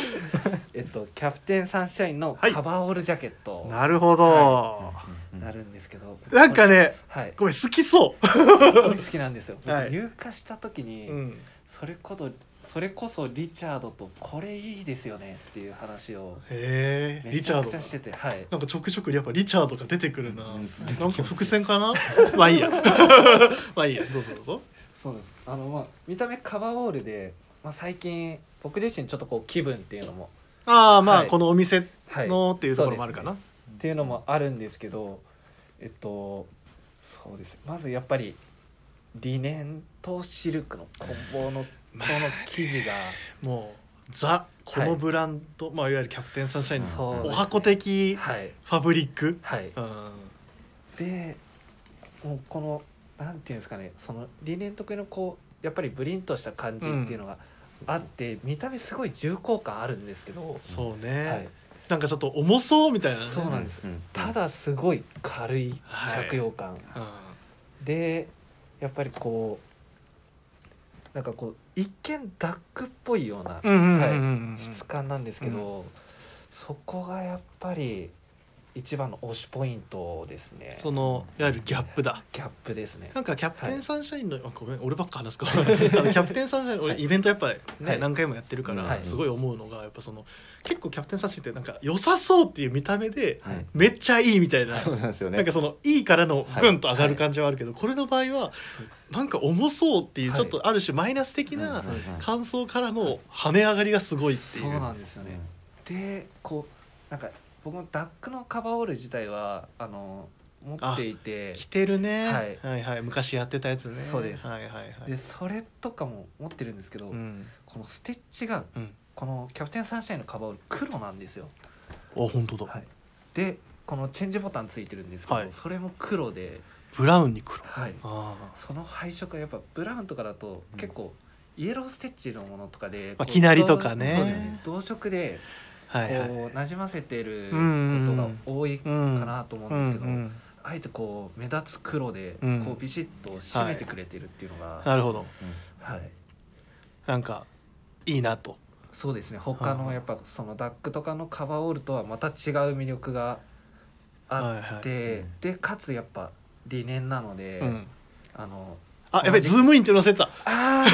Speaker 3: えっとキャプテンサンシャインの
Speaker 1: はい
Speaker 3: カバーオールジャケット
Speaker 1: なるほど、
Speaker 3: はなるんですけど、
Speaker 1: なんかね
Speaker 3: はい
Speaker 1: ごめん好きそ
Speaker 3: 好きなんですよ、
Speaker 1: はい
Speaker 3: 入荷した時
Speaker 1: う、
Speaker 3: に、
Speaker 1: ん、
Speaker 3: それこそそれこそリチャードとこれいいですよねっていう話を
Speaker 1: へえ
Speaker 3: め
Speaker 1: リ
Speaker 3: ち
Speaker 1: チ
Speaker 3: ゃ
Speaker 1: ャ
Speaker 3: く
Speaker 1: ー
Speaker 3: ち
Speaker 1: ド
Speaker 3: ゃしててはい
Speaker 1: なんかちょくちょくやっぱリチャードが出てくるな。
Speaker 2: うん
Speaker 1: なんか伏線
Speaker 3: *laughs*
Speaker 1: かな。まあいいや。 *laughs* まあいいや。どうぞどうぞ。
Speaker 3: そうですあのまあ見た目カバーオールで、まあ、最近僕自身ちょっとこう気分っていうのも
Speaker 1: ああまあ、
Speaker 3: はい
Speaker 1: このお店
Speaker 3: はい
Speaker 1: のっていうところもあるかな。
Speaker 3: っていうのもあるんですけどえっとそうですまずやっぱりリネンとシルクの混紡のこの生地が
Speaker 1: もうザこのブランド、まあいわゆるキャプテンサンシャインの
Speaker 3: そう
Speaker 1: お箱的フ
Speaker 3: はい
Speaker 1: ァブリック。
Speaker 3: はい
Speaker 1: うん。
Speaker 3: でもうこのなんていうんですかねその理念特有のこうやっぱりブリンとした感じっていうのがあって、見た目すごい重厚感あるんですけど、
Speaker 1: そうね、
Speaker 3: はい、
Speaker 1: なんかちょっと重そうみたいなね。
Speaker 3: そうなんですただすごい軽い
Speaker 1: はい
Speaker 3: 着用
Speaker 1: う
Speaker 3: 感、
Speaker 1: ん。
Speaker 3: でやっぱりこなんかこう一見ダックっぽいような
Speaker 1: うんうんうんうんうん
Speaker 3: 質感なんですけど、そこがやっぱり一番の推しポイントですね
Speaker 1: そのいわゆるギャップだ
Speaker 3: ギャップですね
Speaker 1: なんかキャプテンサンシャインの、あごめん俺ばっか話すからあのキャプテンサンシャイン俺
Speaker 3: はい
Speaker 1: イベントやっぱね、
Speaker 3: はい
Speaker 1: 何回もやってるから、
Speaker 3: はい
Speaker 1: すごい思うのがやっぱその結構キャプテンサンシャインってなんか良さそうっていう見た目で
Speaker 2: はい
Speaker 1: めっちゃいいみたいな、
Speaker 2: そうなんですよね
Speaker 1: なんかそのいいからの
Speaker 2: はい
Speaker 1: グンと上がる感じはあるけど、これの場合はなんか重そうっていう
Speaker 3: はい
Speaker 1: ちょっとある種マイナス的
Speaker 2: うんうん
Speaker 1: な
Speaker 2: うん
Speaker 1: 感想からの跳ね上がりがすごいっていう。
Speaker 3: そうなんですよね、でこうなんか僕もダックのカバーオール自体はあの持っていて
Speaker 1: 着てるね、
Speaker 3: は
Speaker 1: はいい、はい昔やってたやつね
Speaker 3: そうです
Speaker 1: はいはいはい
Speaker 3: でそれとかも持ってるんですけど、
Speaker 1: うん
Speaker 3: このステッチが
Speaker 1: うん
Speaker 3: このキャプテンサンシャインのカバーオール黒なんですよ、
Speaker 1: あ本当だ、
Speaker 3: はい、でこのチェンジボタンついてるんですけど、
Speaker 1: はい
Speaker 3: それも黒で、
Speaker 1: ブラウンに黒
Speaker 3: はい、
Speaker 1: あー
Speaker 3: その配色がやっぱブラウンとかだと
Speaker 2: うん
Speaker 3: 結構イエローステッチのものとかで、
Speaker 1: まあ
Speaker 3: こう
Speaker 1: 生成りとかね
Speaker 3: そうですね同色でこう
Speaker 1: はいはい
Speaker 3: 馴染ませてるこ
Speaker 1: うんうんう
Speaker 3: と
Speaker 1: ん
Speaker 3: が多いか
Speaker 1: うん
Speaker 3: なと思うんですけど、
Speaker 1: うんうん
Speaker 3: あえてこう目立つ黒で
Speaker 1: うん
Speaker 3: こうビシッと締めてくれてるっていうのが、
Speaker 1: なるほど
Speaker 3: はい、
Speaker 1: なんかいいなと
Speaker 3: そうですね他
Speaker 1: は
Speaker 3: の
Speaker 1: い
Speaker 3: やっぱそのダックとかのカバーオールとはまた違う魅力があ
Speaker 1: はいは
Speaker 3: っ
Speaker 1: い
Speaker 3: て、
Speaker 2: うん
Speaker 3: でかつやっぱ理念なので、
Speaker 1: うん、
Speaker 3: あの
Speaker 1: あやべズームインって載せてた *laughs*
Speaker 3: あ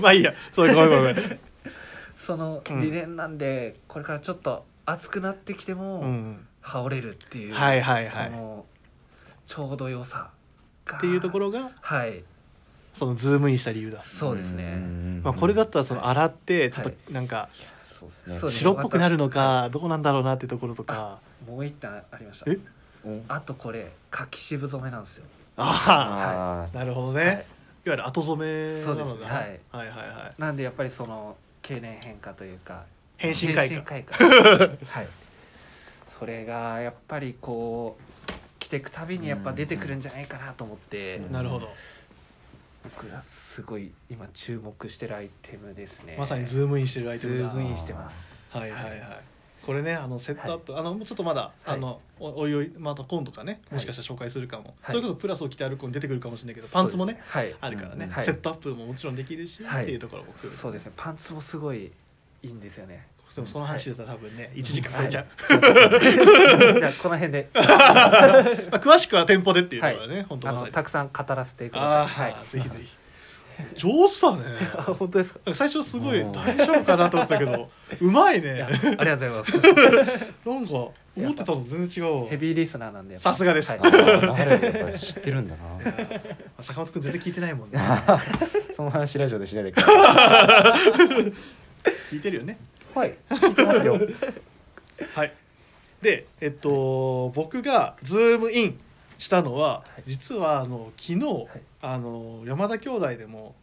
Speaker 1: まあいいやそれごめんごめんごめん、
Speaker 3: *laughs* その
Speaker 1: うん
Speaker 3: 理念なんで、これからちょっと熱くなってきても、
Speaker 1: うん
Speaker 3: 羽織れるっていう、
Speaker 1: はいはいは
Speaker 3: そ
Speaker 1: い
Speaker 3: のちょうど良さが
Speaker 1: っていうところが
Speaker 3: はい
Speaker 1: そのズームインした理由だ、
Speaker 3: そうですね、
Speaker 1: まあ、これだったらその洗ってちょっ
Speaker 3: は
Speaker 1: となんか
Speaker 2: そうですね
Speaker 3: そうです
Speaker 1: 白っぽくなるのかどうなんだろうなってところとか
Speaker 3: もう一点ありました
Speaker 1: え
Speaker 2: うん
Speaker 3: あとこれ柿渋染めなんですよ
Speaker 1: ああ
Speaker 2: あ
Speaker 1: なるほどね、、
Speaker 3: はい
Speaker 1: わゆる後染めな
Speaker 3: そ
Speaker 1: の
Speaker 3: うで
Speaker 1: か
Speaker 3: す
Speaker 1: な、
Speaker 3: ね
Speaker 1: はい、はいはいはい
Speaker 3: なんでやっぱりその経年変化というか
Speaker 1: 変身会
Speaker 3: 変
Speaker 1: か *laughs*
Speaker 3: 身開花はいそれがやっぱりこう着てくたびにやっぱ出てくるんじゃないかなと思って、
Speaker 2: うん
Speaker 1: なるほど
Speaker 3: 僕がすごい今注目してるアイテムですね
Speaker 1: まさにズームインしてるアイテムだ
Speaker 3: ズームインしてます
Speaker 1: はいはいはいこれねあのセットアップ、あのもうちょっとまだ、
Speaker 3: は
Speaker 1: あ
Speaker 3: い
Speaker 1: のおおいおいまた今度かね
Speaker 3: はい
Speaker 1: もしかしたら紹介するかも、
Speaker 3: は
Speaker 1: そ
Speaker 3: い
Speaker 1: れこそプラスを着て歩くのに出てくるかもしれないけどパンツもね
Speaker 3: そうです
Speaker 1: あるからね、
Speaker 2: うん
Speaker 3: はい
Speaker 1: セットアップももちろんできるし、
Speaker 3: はい
Speaker 1: っていうところも含
Speaker 3: はい
Speaker 1: めて
Speaker 3: そうですねパンツもすごいいいんですよね
Speaker 1: でもその話だったら多分ね、1時間超えちゃう、
Speaker 3: *laughs* じゃあこの辺で
Speaker 1: まあ、詳しくは店舗でっていうところはね、本当
Speaker 3: あ
Speaker 1: ま
Speaker 3: の
Speaker 1: さに
Speaker 3: たくさん語らせてくだ
Speaker 1: ああ、
Speaker 3: さい
Speaker 1: は
Speaker 3: はい
Speaker 1: い、ぜひぜひ上手だね
Speaker 3: あ本当ですか
Speaker 1: なんか最初すご
Speaker 3: *laughs*
Speaker 1: い
Speaker 2: うん
Speaker 1: 大丈夫かなと思ったけどうまい
Speaker 3: いや
Speaker 1: ね
Speaker 3: ありがとうございます
Speaker 1: *laughs* なんか思ってたのと全然違うわ
Speaker 3: ヘビーリスナーなんで
Speaker 1: さすがです
Speaker 3: はい
Speaker 2: ー誰やっぱり知ってるんだ
Speaker 1: い *laughs* や
Speaker 2: な
Speaker 1: ー坂本くん全然聞いてないも
Speaker 3: *laughs*
Speaker 1: んね
Speaker 2: その話ラジオで知らないか
Speaker 1: 聞いてるよね
Speaker 3: はい聞い
Speaker 1: *laughs*
Speaker 3: てますよ
Speaker 1: はいでえっと僕がズームインしたのは実はあの昨日、
Speaker 3: い
Speaker 1: あの山田兄弟でも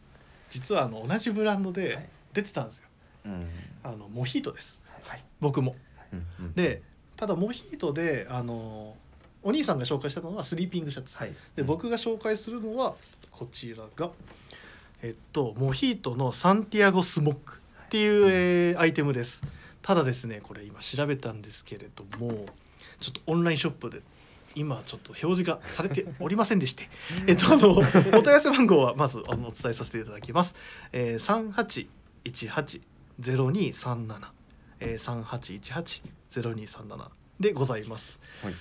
Speaker 1: 実はあの同じブランド
Speaker 3: は
Speaker 1: で
Speaker 3: い
Speaker 1: 出てたんですよ
Speaker 2: らうん
Speaker 1: あのモヒートです
Speaker 3: はい
Speaker 1: 僕も
Speaker 2: うんうん
Speaker 1: でただモヒートであのお兄さんが紹介してたのはスリーピングシャツ、
Speaker 3: はい
Speaker 1: で僕が紹介するのはこちらがえっとモヒートのサンティアゴスモックっていう、えーアイテムですただですねこれ今調べたんですけれどもちょっとオンラインショップで今ちょっと表示がされておりませんでしてえっとあのお問い合わせ番号はまずあのお伝えさせていただきます、えー、3818-0237えー、3818-0237でございます
Speaker 2: はい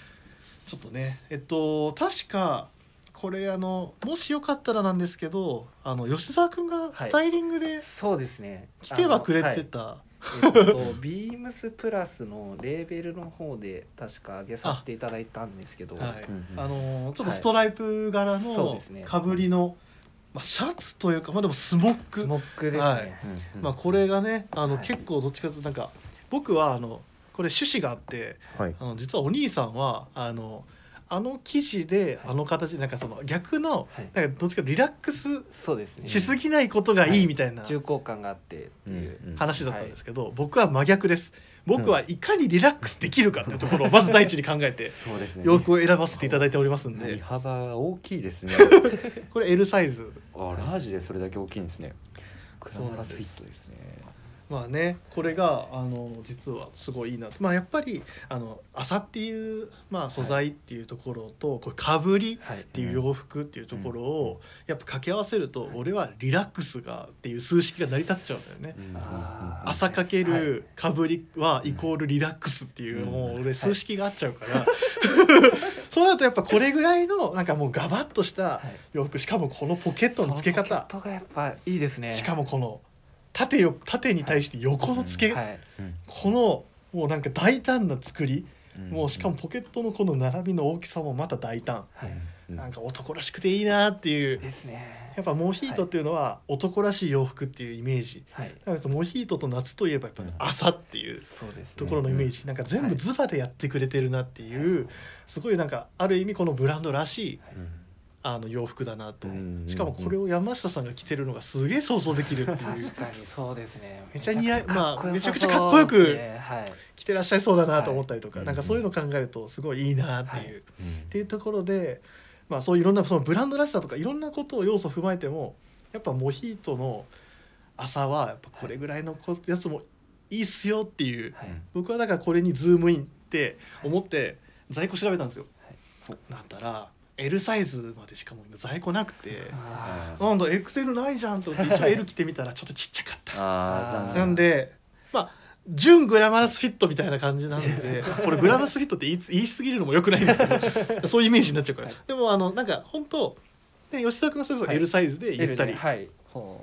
Speaker 1: ちょっとねえっと確かこれあのもしよかったらなんですけどあの吉沢くんがスタイリングで
Speaker 3: そうですね
Speaker 1: 来てはくれ
Speaker 3: あの
Speaker 1: て
Speaker 3: い
Speaker 1: た、
Speaker 3: えっと、ビームスプラスのレーベルの方で確か上げさせていただいたんですけど、
Speaker 1: はい
Speaker 2: うんうん
Speaker 1: あのーちょっとストライプ柄
Speaker 3: はいそうで
Speaker 1: の
Speaker 3: すね
Speaker 1: かぶりの、まあ、シャツというか、まあ、でもスモック
Speaker 3: スモックですね、
Speaker 1: はい
Speaker 2: うんうん
Speaker 1: まあ、これがねあの、
Speaker 3: はい
Speaker 1: 結構どっちかというとなんか僕はあのこれ趣旨があって
Speaker 2: はい
Speaker 1: あの実はお兄さんはあのあの生地で
Speaker 3: は
Speaker 1: あ
Speaker 3: い
Speaker 1: の形でなんかその逆の
Speaker 3: はい
Speaker 1: なんかどっちかというとリラックス
Speaker 3: そうですね
Speaker 1: しすぎないことがいいみたいな
Speaker 3: 重厚感があってっていう、
Speaker 2: うんうん
Speaker 1: 話だったんですけど僕は真逆です僕はいかにリラックスできるかっていうところをまず第一に考えて
Speaker 2: そうですね
Speaker 1: 洋服を選ばせていただいておりますん
Speaker 2: 振り
Speaker 1: で
Speaker 2: 幅大きいです
Speaker 1: *laughs*
Speaker 2: ね
Speaker 1: これ L サイズ
Speaker 2: あラージでそれだけ大きいんですね
Speaker 1: そうなんです
Speaker 2: グラマラスフィットですね
Speaker 1: まあねこれがあの実はすごいいいなまあやっぱりあの麻っていう、まあ、素材っていうところと、これかぶりっ
Speaker 3: はい
Speaker 1: ていう洋服っていうところを、やっぱ掛け合わせると、俺はリラックスがっていう数式が成り立っちゃうんだよね。
Speaker 3: あー
Speaker 1: 朝かけ
Speaker 3: はい
Speaker 1: るかぶりはイコールリラックスっていう、
Speaker 2: うん
Speaker 1: もう俺数式が合っちゃうから、 *laughs* そうなるとやっぱこれぐらいのなんかもうガバッとした
Speaker 3: はい
Speaker 1: 洋服しかもこのポケットの付け
Speaker 3: そのポ
Speaker 1: 方
Speaker 3: ケットがやっぱいいですね
Speaker 1: しかもこの縦よ縦に対して横の付け、
Speaker 3: はい
Speaker 1: このもうなんか大胆な作り、
Speaker 2: うん
Speaker 1: もうしかもポケットのこの並びの大きさもまた大胆、
Speaker 3: はい
Speaker 2: うん
Speaker 1: なんか男らしくていいなっていう
Speaker 3: ですね
Speaker 1: やっぱモヒートっていうのは男らしい洋服っていうイメージ
Speaker 3: はい
Speaker 1: だからそのモヒートと夏といえばやっぱり朝っていう
Speaker 3: そうですね
Speaker 1: ところのイメージなんか全部ズバでやってくれてるなっていうすごいなんかある意味このブランドらしいあの洋服だなと
Speaker 2: うん
Speaker 1: しかもこれを山下さんが着てるのがすげえ想像できるっていう
Speaker 3: 確かにそうですね
Speaker 1: めちゃ似合いまあめちゃくちゃか
Speaker 3: か
Speaker 1: っこ
Speaker 3: っこ
Speaker 1: よ
Speaker 3: よ
Speaker 1: く
Speaker 3: さそうですねはい
Speaker 1: *laughs* 着てらっしゃいそうだなと思ったりとか
Speaker 2: はい
Speaker 1: なんかそういうの考えるとすごいいいなっていう。
Speaker 3: は
Speaker 1: っていうところでまあそういういろんなそのブランドらしさとかいろんなことを要素を踏まえてもやっぱモヒートの朝はやっぱこれぐらいのこやつもいいっすよっていう
Speaker 3: はい
Speaker 1: 僕はだからこれにズームインって思って在庫調べたんですよ、
Speaker 2: はい
Speaker 1: なったら L サイズまでしかも今在庫なくて
Speaker 3: あ
Speaker 1: なんだ XL ないじゃんと思って一応 L 着てみたらちょっとちっちゃかった
Speaker 2: あー
Speaker 1: なんでまあ純グラマラスフィットみたいな感じなん *laughs* でこれグラマラスフィットって言いつ言い過ぎるのもよくないんですけ *laughs* どそういうイメージになっちゃうから、
Speaker 3: はい
Speaker 1: でもあのなんか本当ね吉田君がそれこそ
Speaker 3: はい
Speaker 1: L サイズで
Speaker 3: ー
Speaker 1: ゆったり、
Speaker 3: L ではい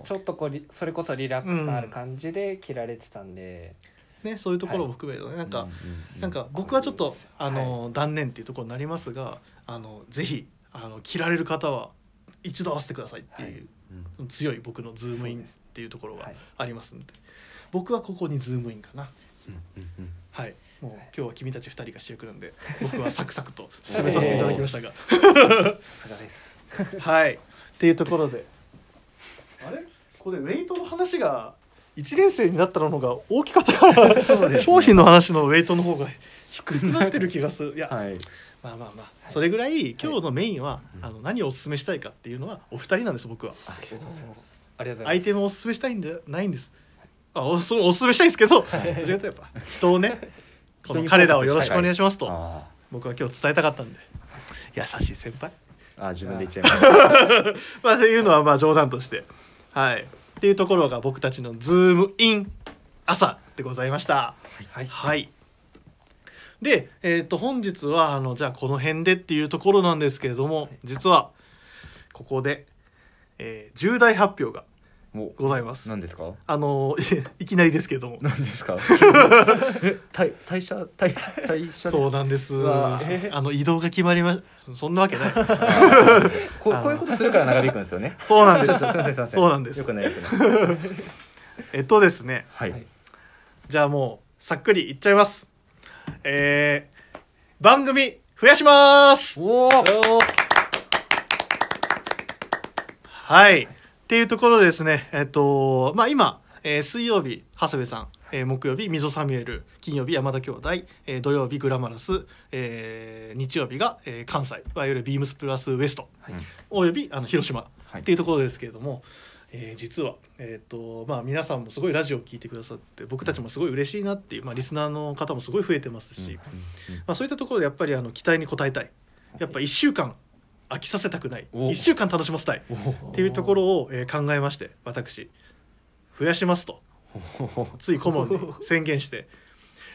Speaker 3: ちょっとこうリそれこそリラックスのある感じで着られてたんで
Speaker 1: ね、そういうところも含めてね、なんか、
Speaker 2: う
Speaker 1: なんか僕はちょっとあの、断念っていうところになりますがあのぜひあの着られる方は一度合わせてくださいっていう、
Speaker 2: うん
Speaker 1: 強い僕のズームイン
Speaker 3: そ
Speaker 1: っ
Speaker 3: うです
Speaker 1: ていうところ
Speaker 3: は
Speaker 1: が
Speaker 3: い
Speaker 1: ありますので、僕はここにズームインかな
Speaker 2: うんうんうん
Speaker 1: はいもう
Speaker 3: はい
Speaker 1: 今日は君たち2人が主役なんで僕はサクサクと進めさせていただきましたが
Speaker 3: さすがです
Speaker 1: はいっていうところであれこれウェイトの話が1年生になったのが大きかったから、 *laughs*
Speaker 2: そうですね
Speaker 1: 商品の話のウェイトの方が低くなってる気がするいや、
Speaker 2: はい
Speaker 1: まあまあまあ、それぐらい今日のメインは、あの何をお勧めしたいかっていうのはお二人なんです僕は
Speaker 2: ありがとうございます
Speaker 3: ありがとうござ
Speaker 1: 相
Speaker 3: いま
Speaker 1: 手もお勧めしたいんじゃないんですあおそれお勧めしたいんですけど、それとやっぱ人をねこの彼らをよろしくお願いしますと、
Speaker 2: あ
Speaker 1: 僕は今日伝えたかった
Speaker 2: *laughs*
Speaker 1: んで優しい先輩
Speaker 2: ーあー自分で言っちゃいました
Speaker 1: まあっていうのはまあ冗談としてはいっていうところが僕たちのズームイン朝でございました
Speaker 3: すはい
Speaker 1: はいでえっ、と本日はあのじゃあこの辺でっていうところなんですけれども実はここで、えー重大発表が
Speaker 2: もう
Speaker 1: ございます
Speaker 2: 何ですか
Speaker 1: あの *laughs* いきなりですけれども
Speaker 2: 何です *laughs* かえ退退社退退社
Speaker 1: そうなんです
Speaker 2: うわー
Speaker 1: あの移動が決まりましそんなわけない
Speaker 2: こうこういうことするから長引くんですよね
Speaker 1: そうなんです
Speaker 2: すいませんすいません
Speaker 1: そうなんです
Speaker 2: よくないよくない
Speaker 1: えっとですね
Speaker 2: はい
Speaker 3: はい
Speaker 1: じゃあもうさっくりいっちゃいます。えー、番組増やします
Speaker 3: おお
Speaker 1: はい。っていうところでですね、えっと、まあ今、えー水曜日、長谷部さん、えー木曜日、溝サミュエル、金曜日、山田兄弟、えー土曜日、グラマラス、えー日曜日が、えー関西、いわゆるビームスプラスウエスト、
Speaker 2: い
Speaker 1: およびあの広島
Speaker 2: はい
Speaker 1: っていうところですけれども、えー実は、えーとまあ、皆さんもすごいラジオを聞いてくださって僕たちもすごい嬉しいなっていう、まあ、リスナーの方もすごい増えてますし、まあ、そういったところでやっぱりあの期待に応えたいやっぱ1週間飽きさせたくない
Speaker 2: お
Speaker 1: 1週間楽しませたいっ
Speaker 2: おお
Speaker 1: ていうところを、えー考えまして私増やしますと
Speaker 2: お
Speaker 1: つい顧
Speaker 2: *laughs*
Speaker 1: 問に宣言して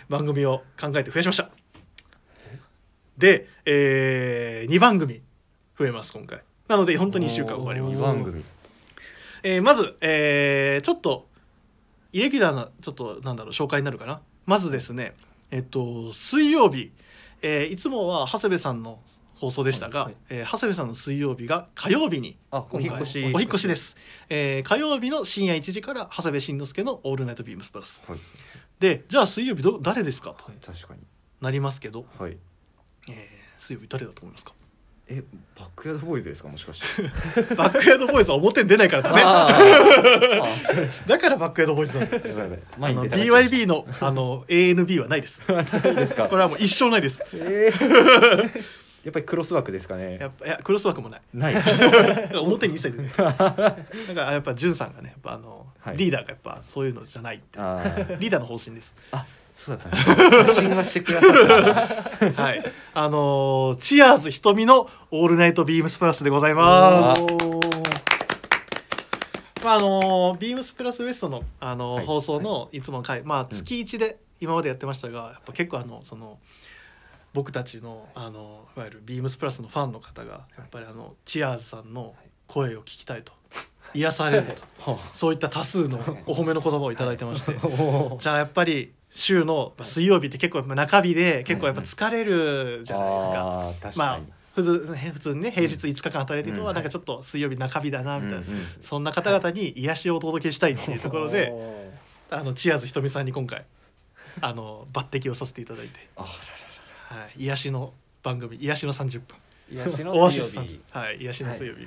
Speaker 1: 番組を考えて増やしましたで、え2番組増えます今回なので本当に1週間終わります
Speaker 2: 二番組
Speaker 1: えーまず、えーちょっとイレギュラーなちょっとなんだろう紹介になるかなまずですねえっと水曜日、えーいつもは長谷部さんの放送でしたが、
Speaker 3: はいはい
Speaker 1: えー長谷部さんの水曜日が火曜日に
Speaker 2: あお引っ越し
Speaker 1: お引っ越しです、えー火曜日の深夜1時から長谷部慎之介の「オールナイトビームスプラス
Speaker 2: はい」
Speaker 1: でじゃあ水曜日ど誰ですかと
Speaker 2: 確かに
Speaker 1: なりますけど、
Speaker 2: はい
Speaker 1: えー水曜日誰だと思いますか
Speaker 2: えバックヤードボーイズですかもしかして
Speaker 1: バックヤードボーイズは表に出ないからダメ
Speaker 2: あ
Speaker 1: *laughs* だからバックヤードボーイズなの
Speaker 2: ーや
Speaker 1: *laughs*
Speaker 2: ばいやばい
Speaker 1: あ
Speaker 2: 前に
Speaker 1: の
Speaker 2: 出たかった
Speaker 1: BYB の
Speaker 2: *laughs*
Speaker 1: あの ANB はないです
Speaker 2: いいですか
Speaker 1: これはもう一生ないです。
Speaker 2: えーやっぱりクロス枠ですかね
Speaker 1: やっぱいやクロスワークも
Speaker 2: *laughs*
Speaker 1: ない
Speaker 2: ない
Speaker 1: 表に一切出てないだからやっぱジュンさんがねやっぱあの、
Speaker 2: はい
Speaker 1: リーダーがやっぱそういうのじゃないって
Speaker 2: あー
Speaker 1: リーダーの方針です
Speaker 2: そうだったんですね信はしてくださっ
Speaker 1: *laughs*
Speaker 2: た
Speaker 1: はい
Speaker 4: あのーチアーズ瞳のオールナイトビームスプラスでございます。
Speaker 1: まああのビームスプラスウエストのあの、
Speaker 2: はい
Speaker 1: 放送のいつもの回、まあ月1で今までやってましたが、やっぱ結構あのその僕たちのあのいわゆるビームスプラスのファンの方がやっぱりあのチアーズさんの声を聞きたいと癒される
Speaker 2: *laughs*
Speaker 1: と
Speaker 2: は
Speaker 1: そういった多数のお褒めの言葉をいただいてまして
Speaker 2: あおー
Speaker 1: じゃあやっぱり週のまあ水曜日って結構やっぱ中日で結構やっぱ疲れるじゃないですか。
Speaker 2: あー確
Speaker 1: まあ
Speaker 2: かに
Speaker 1: 普通ね普通にね平日5日間働いてる人
Speaker 2: う
Speaker 1: は
Speaker 2: ん
Speaker 1: なんかちょっと水曜日中日だなみたいな、
Speaker 2: うんうん
Speaker 1: そんな方々に癒しをお届けしたいっていうところで、 *laughs* あのチアーズひとみさんに今回あの抜擢をさせていただいて、
Speaker 2: あ
Speaker 1: はい、癒しの番組癒しの30分
Speaker 2: 癒しの
Speaker 1: オアシス
Speaker 2: 水
Speaker 1: さ
Speaker 2: 曜
Speaker 1: ん
Speaker 2: 日
Speaker 1: はい癒しの水曜日、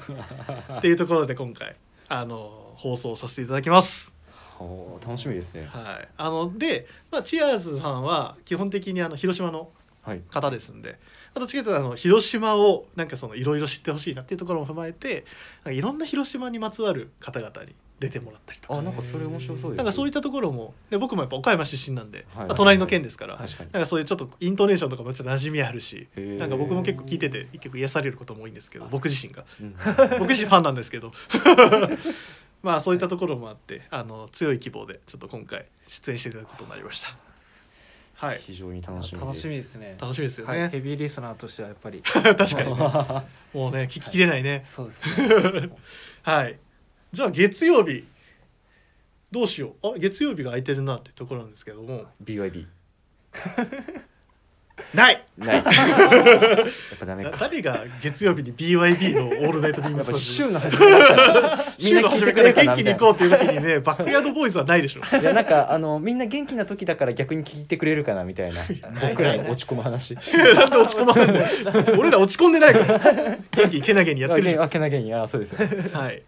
Speaker 1: っていうところで今回あの放送させていただきます。
Speaker 2: おー楽しみですね
Speaker 1: はい、あので、まあ、チアーズさんは基本的にあの広島の
Speaker 2: はい
Speaker 1: 方ですんでどっちかというとあの広島をなんかそのいろいろ知ってほしいなっていうところも踏まえてなんかいろんな広島にまつわる方々に出てもらったりと
Speaker 2: あ
Speaker 1: か
Speaker 2: なんかそれ面白そうです
Speaker 1: なんかそういったところもで僕もやっぱ岡山出身なんで、
Speaker 2: はい
Speaker 1: まあ隣の県ですから、
Speaker 2: 確かに
Speaker 1: なんかそういうちょっとイントネーションとかもちょっと馴染みあるし
Speaker 2: へー
Speaker 1: なんか僕も結構聞いてて結構癒されることも多いんですけど僕自身が
Speaker 2: うん
Speaker 1: *laughs* 僕自身ファンなんですけどまあそういったところもあってあの強い希望でちょっと今回出演していただくことになりましたはい
Speaker 2: 非常に楽しみです
Speaker 3: 楽しみですね
Speaker 1: 楽しみですよね、
Speaker 3: はいヘビーリスナーとしてはやっぱり
Speaker 1: 確かにもうね聞ききれないね *laughs*
Speaker 3: そうですね
Speaker 1: はいじゃあ月曜日どうしようあ月曜日が空いてるなってところなんですけども
Speaker 2: BYB
Speaker 1: ない *laughs*
Speaker 2: ないやっぱダメ
Speaker 1: な
Speaker 2: か
Speaker 1: 誰が月曜日に BYB の「オールナイトビー
Speaker 2: や
Speaker 1: ム
Speaker 2: っ
Speaker 1: スプ
Speaker 2: ぱ
Speaker 1: ラス」
Speaker 2: 週の初めから
Speaker 1: *laughs* 週の初めから元気に行こう
Speaker 2: う
Speaker 1: という時にねバックヤードボーイズはないでしょ
Speaker 2: いやなんかあのみんな元気な時だから逆に聞いてくれるかなみた
Speaker 1: *laughs*
Speaker 2: いな僕らの落ち込む話
Speaker 1: なんで落ち込ませんの俺ら落ち込んでないから元気にけなげにやってる
Speaker 3: *laughs*
Speaker 1: じゃん
Speaker 2: あけなげにあそうですよ
Speaker 1: はい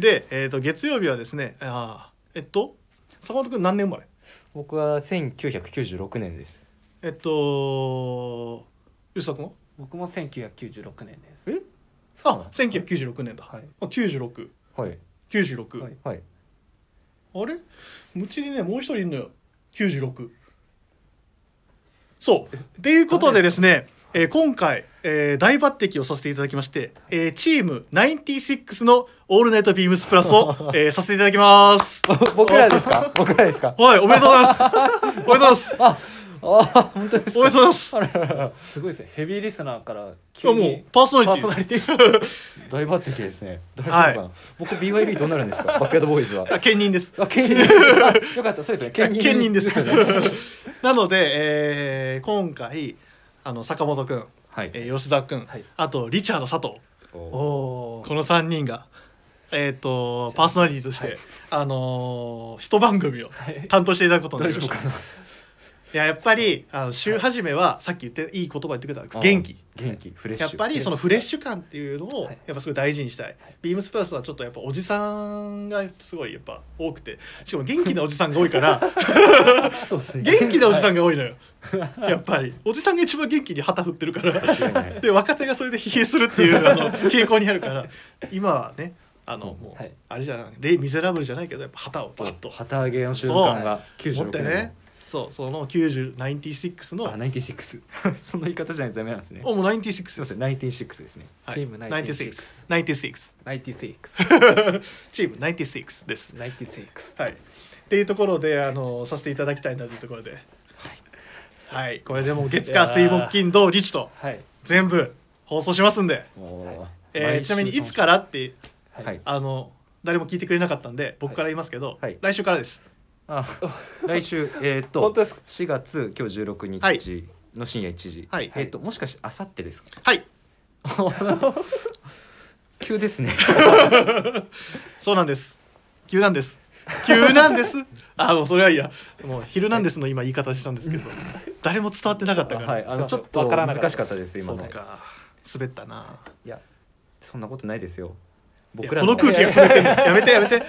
Speaker 1: で、えー、と月曜日はですねあーえっと坂本君何年生まれ
Speaker 2: 僕は1996年です
Speaker 1: えっと吉田君は
Speaker 3: 僕も1996年です
Speaker 2: え
Speaker 1: あ1996年だ、
Speaker 3: はい
Speaker 1: あ96
Speaker 2: はい
Speaker 1: 九十六。
Speaker 3: はい
Speaker 1: *laughs*
Speaker 2: はい
Speaker 1: あれ？うちにねもう一人いるのよ。九十六。そう。っていうことでですね、えー今回、えー、大抜擢をさせていただきまして、えー、チーム96のオールナイトビームスプラスを、
Speaker 3: *laughs*
Speaker 1: えー、させていただきます。
Speaker 2: 僕らで
Speaker 1: *laughs*
Speaker 2: すか僕らですか
Speaker 1: はい、おめでとうございます。おめでとうございます。
Speaker 2: あ本当です
Speaker 1: おめでとうございます。い
Speaker 3: すごいですねヘビーリスナーから急
Speaker 1: やもう
Speaker 3: に
Speaker 1: パーソ
Speaker 3: パ
Speaker 1: ナ
Speaker 3: ー
Speaker 1: リ
Speaker 3: ソ
Speaker 1: ティ
Speaker 3: ナリティ
Speaker 1: *laughs*
Speaker 2: 大抜擢ですね大
Speaker 1: はい
Speaker 2: 丈夫かな僕 BYB どうなるんですか
Speaker 1: *laughs*
Speaker 2: バックヤードボーイズは
Speaker 1: あ兼任です。*laughs*
Speaker 2: あ兼任あよかったそうです
Speaker 3: *laughs*
Speaker 2: ね
Speaker 1: 兼
Speaker 2: 兼任
Speaker 1: 任です *laughs*
Speaker 2: よね。
Speaker 1: なので、えー、今回あの坂本くん、
Speaker 2: はい
Speaker 1: えー、吉田くん、
Speaker 3: はい
Speaker 1: あとリチャード佐藤。
Speaker 2: お
Speaker 3: お
Speaker 1: この3人が、えっとパーソナリティとして、あのー一番組を担当していただくことにな
Speaker 2: 大
Speaker 1: りま
Speaker 2: 丈
Speaker 1: し
Speaker 2: 夫
Speaker 1: た。
Speaker 2: か
Speaker 1: い
Speaker 2: な
Speaker 1: ややっぱりあの週始めはさっき言っていい言葉言ってくれたんです
Speaker 2: あ
Speaker 1: 元気
Speaker 2: 元気フレッシュ
Speaker 1: やっぱりそのフレッシュ感っていうのを
Speaker 3: は
Speaker 1: や
Speaker 3: い
Speaker 1: っぱすごい大事にしたい、ビームスプラスはちょっとやっぱおじさんがすごいやっぱ多くてしかも元気なおじさんが多いから
Speaker 2: そうですね
Speaker 1: 元気なおじさんが多いのよやっぱりおじさんが一番元気に旗振ってるから
Speaker 2: *laughs* 間違いない
Speaker 1: で若手がそれで疲弊するっていうあの傾向にあるから今はねあのもう、
Speaker 3: はい
Speaker 1: あれじゃないレイ・ミゼラブルじゃないけどやっぱ旗をバッと
Speaker 2: 旗揚げの瞬間が
Speaker 1: 持っ
Speaker 2: 96
Speaker 1: て
Speaker 2: 年
Speaker 1: ねそうその9096
Speaker 2: あ
Speaker 1: の
Speaker 2: 96 *laughs* その言い方じゃないとダメなんですね
Speaker 1: おもう96です
Speaker 2: いませ
Speaker 1: す
Speaker 2: ん96ですね
Speaker 1: は
Speaker 3: チ
Speaker 1: い
Speaker 3: ーム
Speaker 1: 96
Speaker 3: 96
Speaker 1: 96
Speaker 3: 96
Speaker 1: *laughs* チーム96です
Speaker 3: 96
Speaker 1: はいっていうところであのさせていただきたいなというところではいこれでもう月火水木金土日と
Speaker 3: はい
Speaker 1: 全部放送しますんで、
Speaker 2: お
Speaker 1: えーちなみにいつかららって
Speaker 3: は
Speaker 2: はい
Speaker 1: あの誰も聞いてくれなかったんで僕から言いますけど、
Speaker 2: はい
Speaker 1: 来週からです
Speaker 2: あ来週えーっと
Speaker 3: 本当です
Speaker 2: 4月今日16
Speaker 1: はい
Speaker 2: 日の深夜1時、
Speaker 1: はい
Speaker 2: えーっともしかしてあさってですか
Speaker 1: はい
Speaker 2: 急ですね
Speaker 1: そうなんです急なんです急なんです *laughs* あもうそれはいいやもう「昼なんです」の今言い方したんですけど誰も伝わってなかったから、
Speaker 2: はいあのち
Speaker 3: そ
Speaker 2: ょ
Speaker 3: う
Speaker 2: っと
Speaker 3: わからなかった
Speaker 2: 難しかったです
Speaker 1: そ
Speaker 2: 今
Speaker 1: う
Speaker 2: のい
Speaker 1: か滑ったな
Speaker 2: やそんなことないですよ
Speaker 1: いや
Speaker 2: 僕
Speaker 1: こ
Speaker 2: ら
Speaker 1: の空気が滑ってんのやめてやめ *laughs* てっ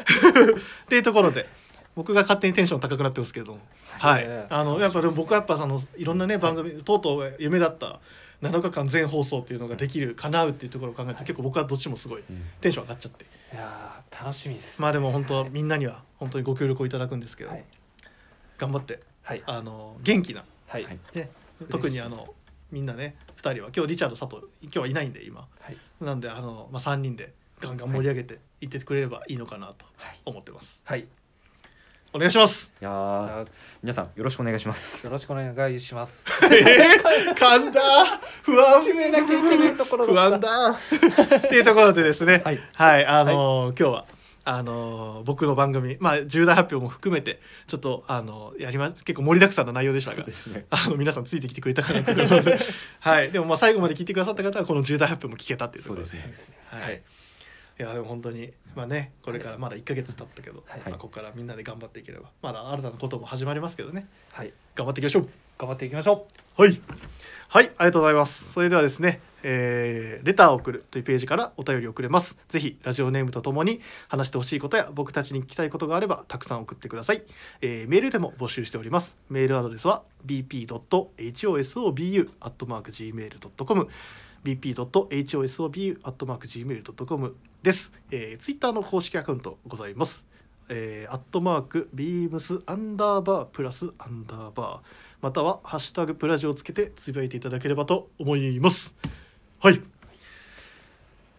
Speaker 1: ていうところで僕が勝手にテンション高くなってますけどもはい
Speaker 3: いやいや
Speaker 1: あのやっぱでも僕はやっぱそのいろんなね番組とうとう夢だった7日間全放送っていうのができるかなうっていうところを考えると結構僕はどっちもすごいテンション上がっちゃって
Speaker 3: いやー楽しみです。
Speaker 1: まあでも本当みんなには本当にご協力をいただくんですけど
Speaker 3: はい
Speaker 1: 頑張って
Speaker 3: はい
Speaker 1: あの元気な
Speaker 3: はい
Speaker 2: はい
Speaker 1: ね特にあのみんなね2人は今日リチャード佐藤今日はいないんで今
Speaker 3: はい
Speaker 1: なんであの、まあ、3人でガンガン盛り上げていってくれればいいのかなと
Speaker 3: はい
Speaker 1: 思ってます
Speaker 3: はい
Speaker 1: お願いし *laughs* ます
Speaker 2: いやー
Speaker 3: あ
Speaker 2: 皆さんよろしくお願いします。
Speaker 3: よろしくお願いし *laughs* ます。
Speaker 1: 噛んだ不安
Speaker 3: 決めなきゃいけないところ
Speaker 1: 不
Speaker 3: だ
Speaker 1: 安
Speaker 3: った。
Speaker 1: *laughs* だっていうところでですね
Speaker 2: はい
Speaker 1: はい、あのー今日はあのー僕の番組、まあ、重大発表も含めてちょっと、あのーやりま結構盛りだくさんの内容でしたが
Speaker 2: ですね。
Speaker 1: あの皆さんついてきてくれたかなと思いますはい、でもまあ最後まで聞いてくださった方はこの重大発表も聞けたっていうと
Speaker 2: そ
Speaker 1: こ
Speaker 2: う
Speaker 1: ろ
Speaker 2: で
Speaker 1: です
Speaker 2: ね。
Speaker 1: はい
Speaker 3: はい
Speaker 1: い、やでも本当にまあねこれからまだ1か月経ったけど、
Speaker 3: はい
Speaker 1: まあ、ここからみんなで頑張っていければまだ新たなことも始まりますけどね
Speaker 3: はい
Speaker 1: 頑張っていきましょう
Speaker 3: 頑張っていきましょ
Speaker 1: はい。はい、ありがとうございます。それではですね、えーレターを送るというページからお便りをくれます。ぜひ、ラジオネームとともに話してほしいことや、僕たちに聞きたいことがあれば、たくさん送ってください。えーメールでも募集しております。メールアドレスは bp.hosobu.gmail.com bp.hosobu.gmail.com です、えー。ツイッターの公式アカウントございます。えー、アットマークビームスアンダーバープラスアンダーバーまたは「ハッシュタグプラジ」をつけてつぶやいていただければと思いますはい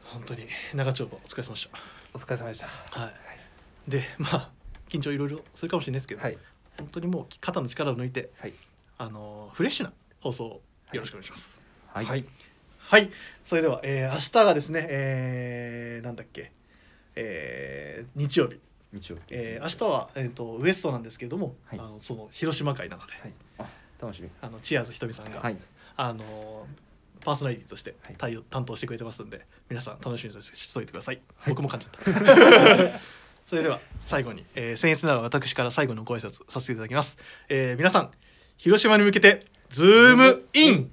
Speaker 1: 本当に長丁場お疲れ様でし
Speaker 3: う。お疲れ様でした。
Speaker 1: たはいでまあ緊張いろいろするかもしれないですけど、
Speaker 3: はい
Speaker 1: 本当にもう肩の力を抜いて
Speaker 3: はい
Speaker 1: あのーフレッシュな放送をよろしくお願いします
Speaker 2: はい。
Speaker 1: はいはい、それでは、えー、明日がですね、えー、なんだっけ、えー、日曜日、
Speaker 2: 日曜日。
Speaker 1: えー、明日は、えー、とウエストなんですけれども、
Speaker 2: はい
Speaker 1: あのその広島会なので、
Speaker 3: はい
Speaker 2: あ楽しみ。
Speaker 1: あのチアーズひとみさんが、
Speaker 2: はい。
Speaker 1: あのーパーソナリティとして
Speaker 2: はい
Speaker 1: 対応担当してくれてますんで皆さん楽しみにしておいてください、
Speaker 2: はい
Speaker 1: 僕も噛んじゃった
Speaker 2: *laughs*
Speaker 1: それでは最後に、えー、僭越ながら私から最後のご挨拶させていただきます、えー皆さん広島に向けてズームイン